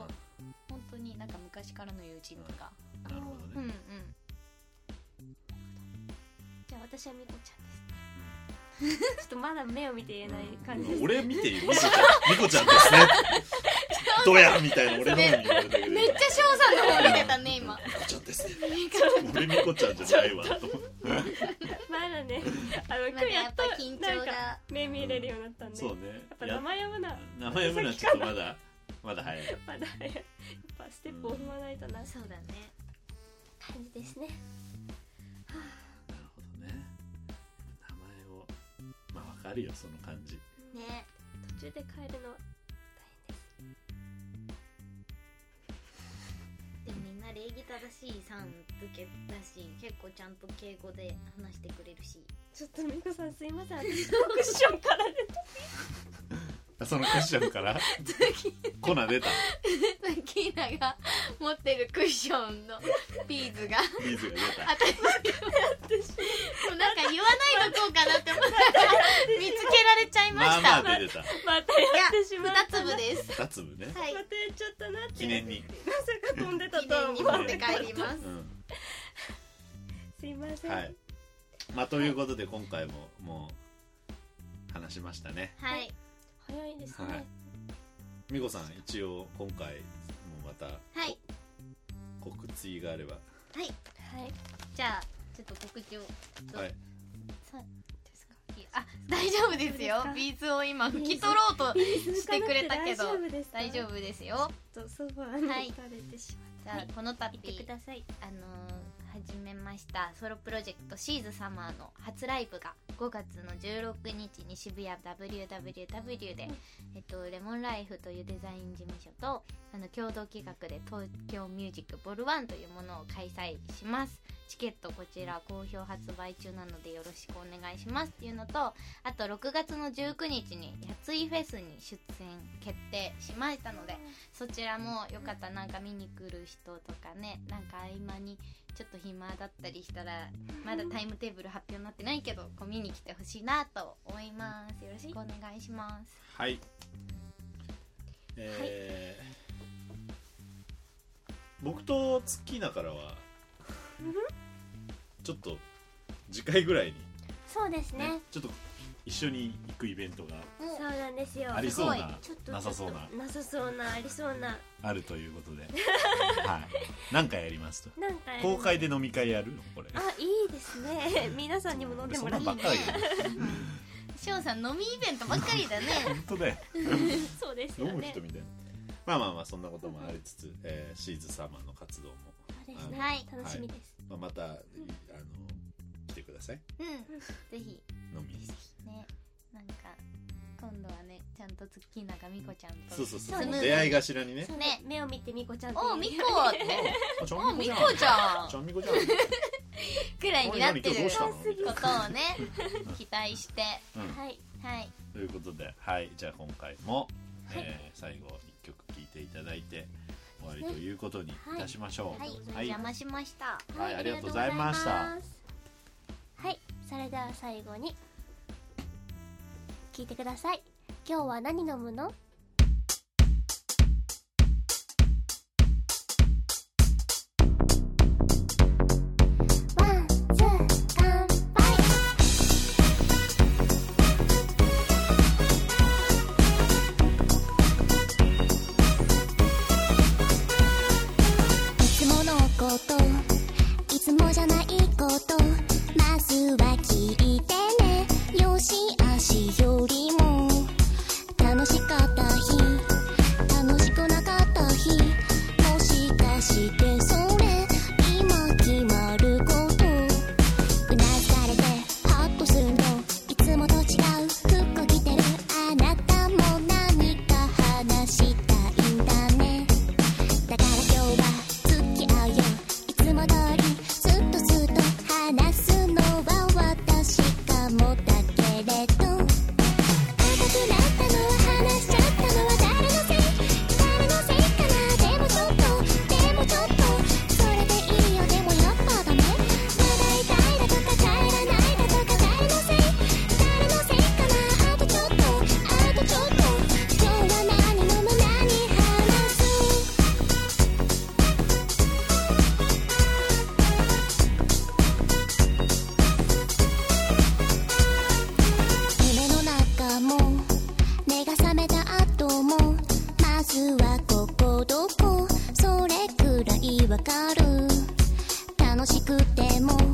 本当になんか昔からの友人とか、なるほどねうんうんじゃあ私はみこちゃんですちょっとまだ目を見て言えない感 じうでんす俺見てよみこちゃんみこちゃんですねどやみたいな俺の方に言われたけどめっちゃ翔さんの方見てたね今みこちゃんですね俺みこちゃんじゃないわと思ってまだねあの今まだ日ややっっとぱ緊張なんかが目見れるようになったんで、そうやねっぱや名前呼ぶな名前呼ぶのはちょっとまだまだ早いまだやっぱステップを踏まないとな、そうだね感じですねなるほどね名前をまあわかるよその感じね途中で変えるのはでもみんな礼儀正しいさん付けだし結構ちゃんと敬語で話してくれるしちょっとみこさんすいません私のクッションから出たあそのクッション から粉出たキーナが持ってるクッションのビーズがビーズが出た私なんか言わないとこうかなって思ったら見つけられちゃいまましあた、まあ出てた またやってしまったいやな二粒です2粒ねはいまたやっちゃったなって記念にまさか飛んでた記とは念思にわ持なっいて帰りますうんすいません、はいまあということで今回ももう話しましたねはい早いですね、はい美子さん一応今回もまたはい告知があればはいじゃあちょっと告知をどうはいですかあ大丈夫ですそうですよかビーズを今拭き取ろうとしてくれたけど大丈夫ですか大丈夫ですよちょっとソファーにはい打たれてしまっじゃあこのた、度言ってくださいあのー始めましたソロプロジェクトシーズサマーの初ライブが5月の16日に渋谷 WWW で、えっと、レモンライフというデザイン事務所とあの共同企画で東京ミュージックボルワンというものを開催しますチケットこちら好評発売中なのでよろしくお願いしますっていうのとあと6月の19日にやついフェスに出演決定しましたのでそちらもよかったらなんか見に来る人とかねなんか合間にちょっと暇だったりしたらまだタイムテーブル発表になってないけどこう見に来てほしいなと思いますよろしくお願いしますはいえー僕と月だからはちょっと次回ぐらいにそうですねねちょっと一緒に行くイベントがそうなんですよありそうすごないちょっとなさそうなちょっとなさそうなありそうなあるということで、はい、何回やりますとなんか公開で飲み会やるのこれあいいですね皆さんにも飲んでそもんらなっんてばっかりしおさん飲みイベントばっか りだね本当だよそうです飲よむね人みたいなまあまあまあそんなこともありつつ、えーシーズ様の活動も、そうですねはい楽しみですまあ、また、あの来てくださいうんぜひ飲みにねなんか今度はねちゃんとツッキーナがみこちゃんとそうそうそうそうそねの出会い頭にねそうね目を見てみこちゃんおとうみこ あちゃおんうみこみじゃんこちゃんちゃんみこじゃんくらいになって何る今日どうしたこのみたいなとを ね期待してうんはいはい ということで、はい、じゃあ今回も、えー最後一曲聴いていただいて終わりということにいたしましょう。はいおはい邪魔しましたはいありがとうございましたありがとうございますはいそれでは最後に聞いてください今日は何飲むのワンツー乾杯いつものこといつもじゃないことまずは聞いてねよしあしよりも楽しかった日楽しくなかった日もしかしてそれ今決まることうなされてハッとするのいつもと違う服着てるあなたも何か話したいんだねだから今日は付き合うよいつも通りずっとずっと話すのは私かもだけれど赤くなったのは話しちゃったのは誰のせい誰のせいかなでもちょっとでもちょっとそれでいいよでもやっぱダメ笑いたいだとか帰らないだとか誰のせい誰のせいかなあとちょっとあとちょっと今日は何飲む何話す夢の中も目が覚めた後もまずはここどこそれくらいわかる楽しくても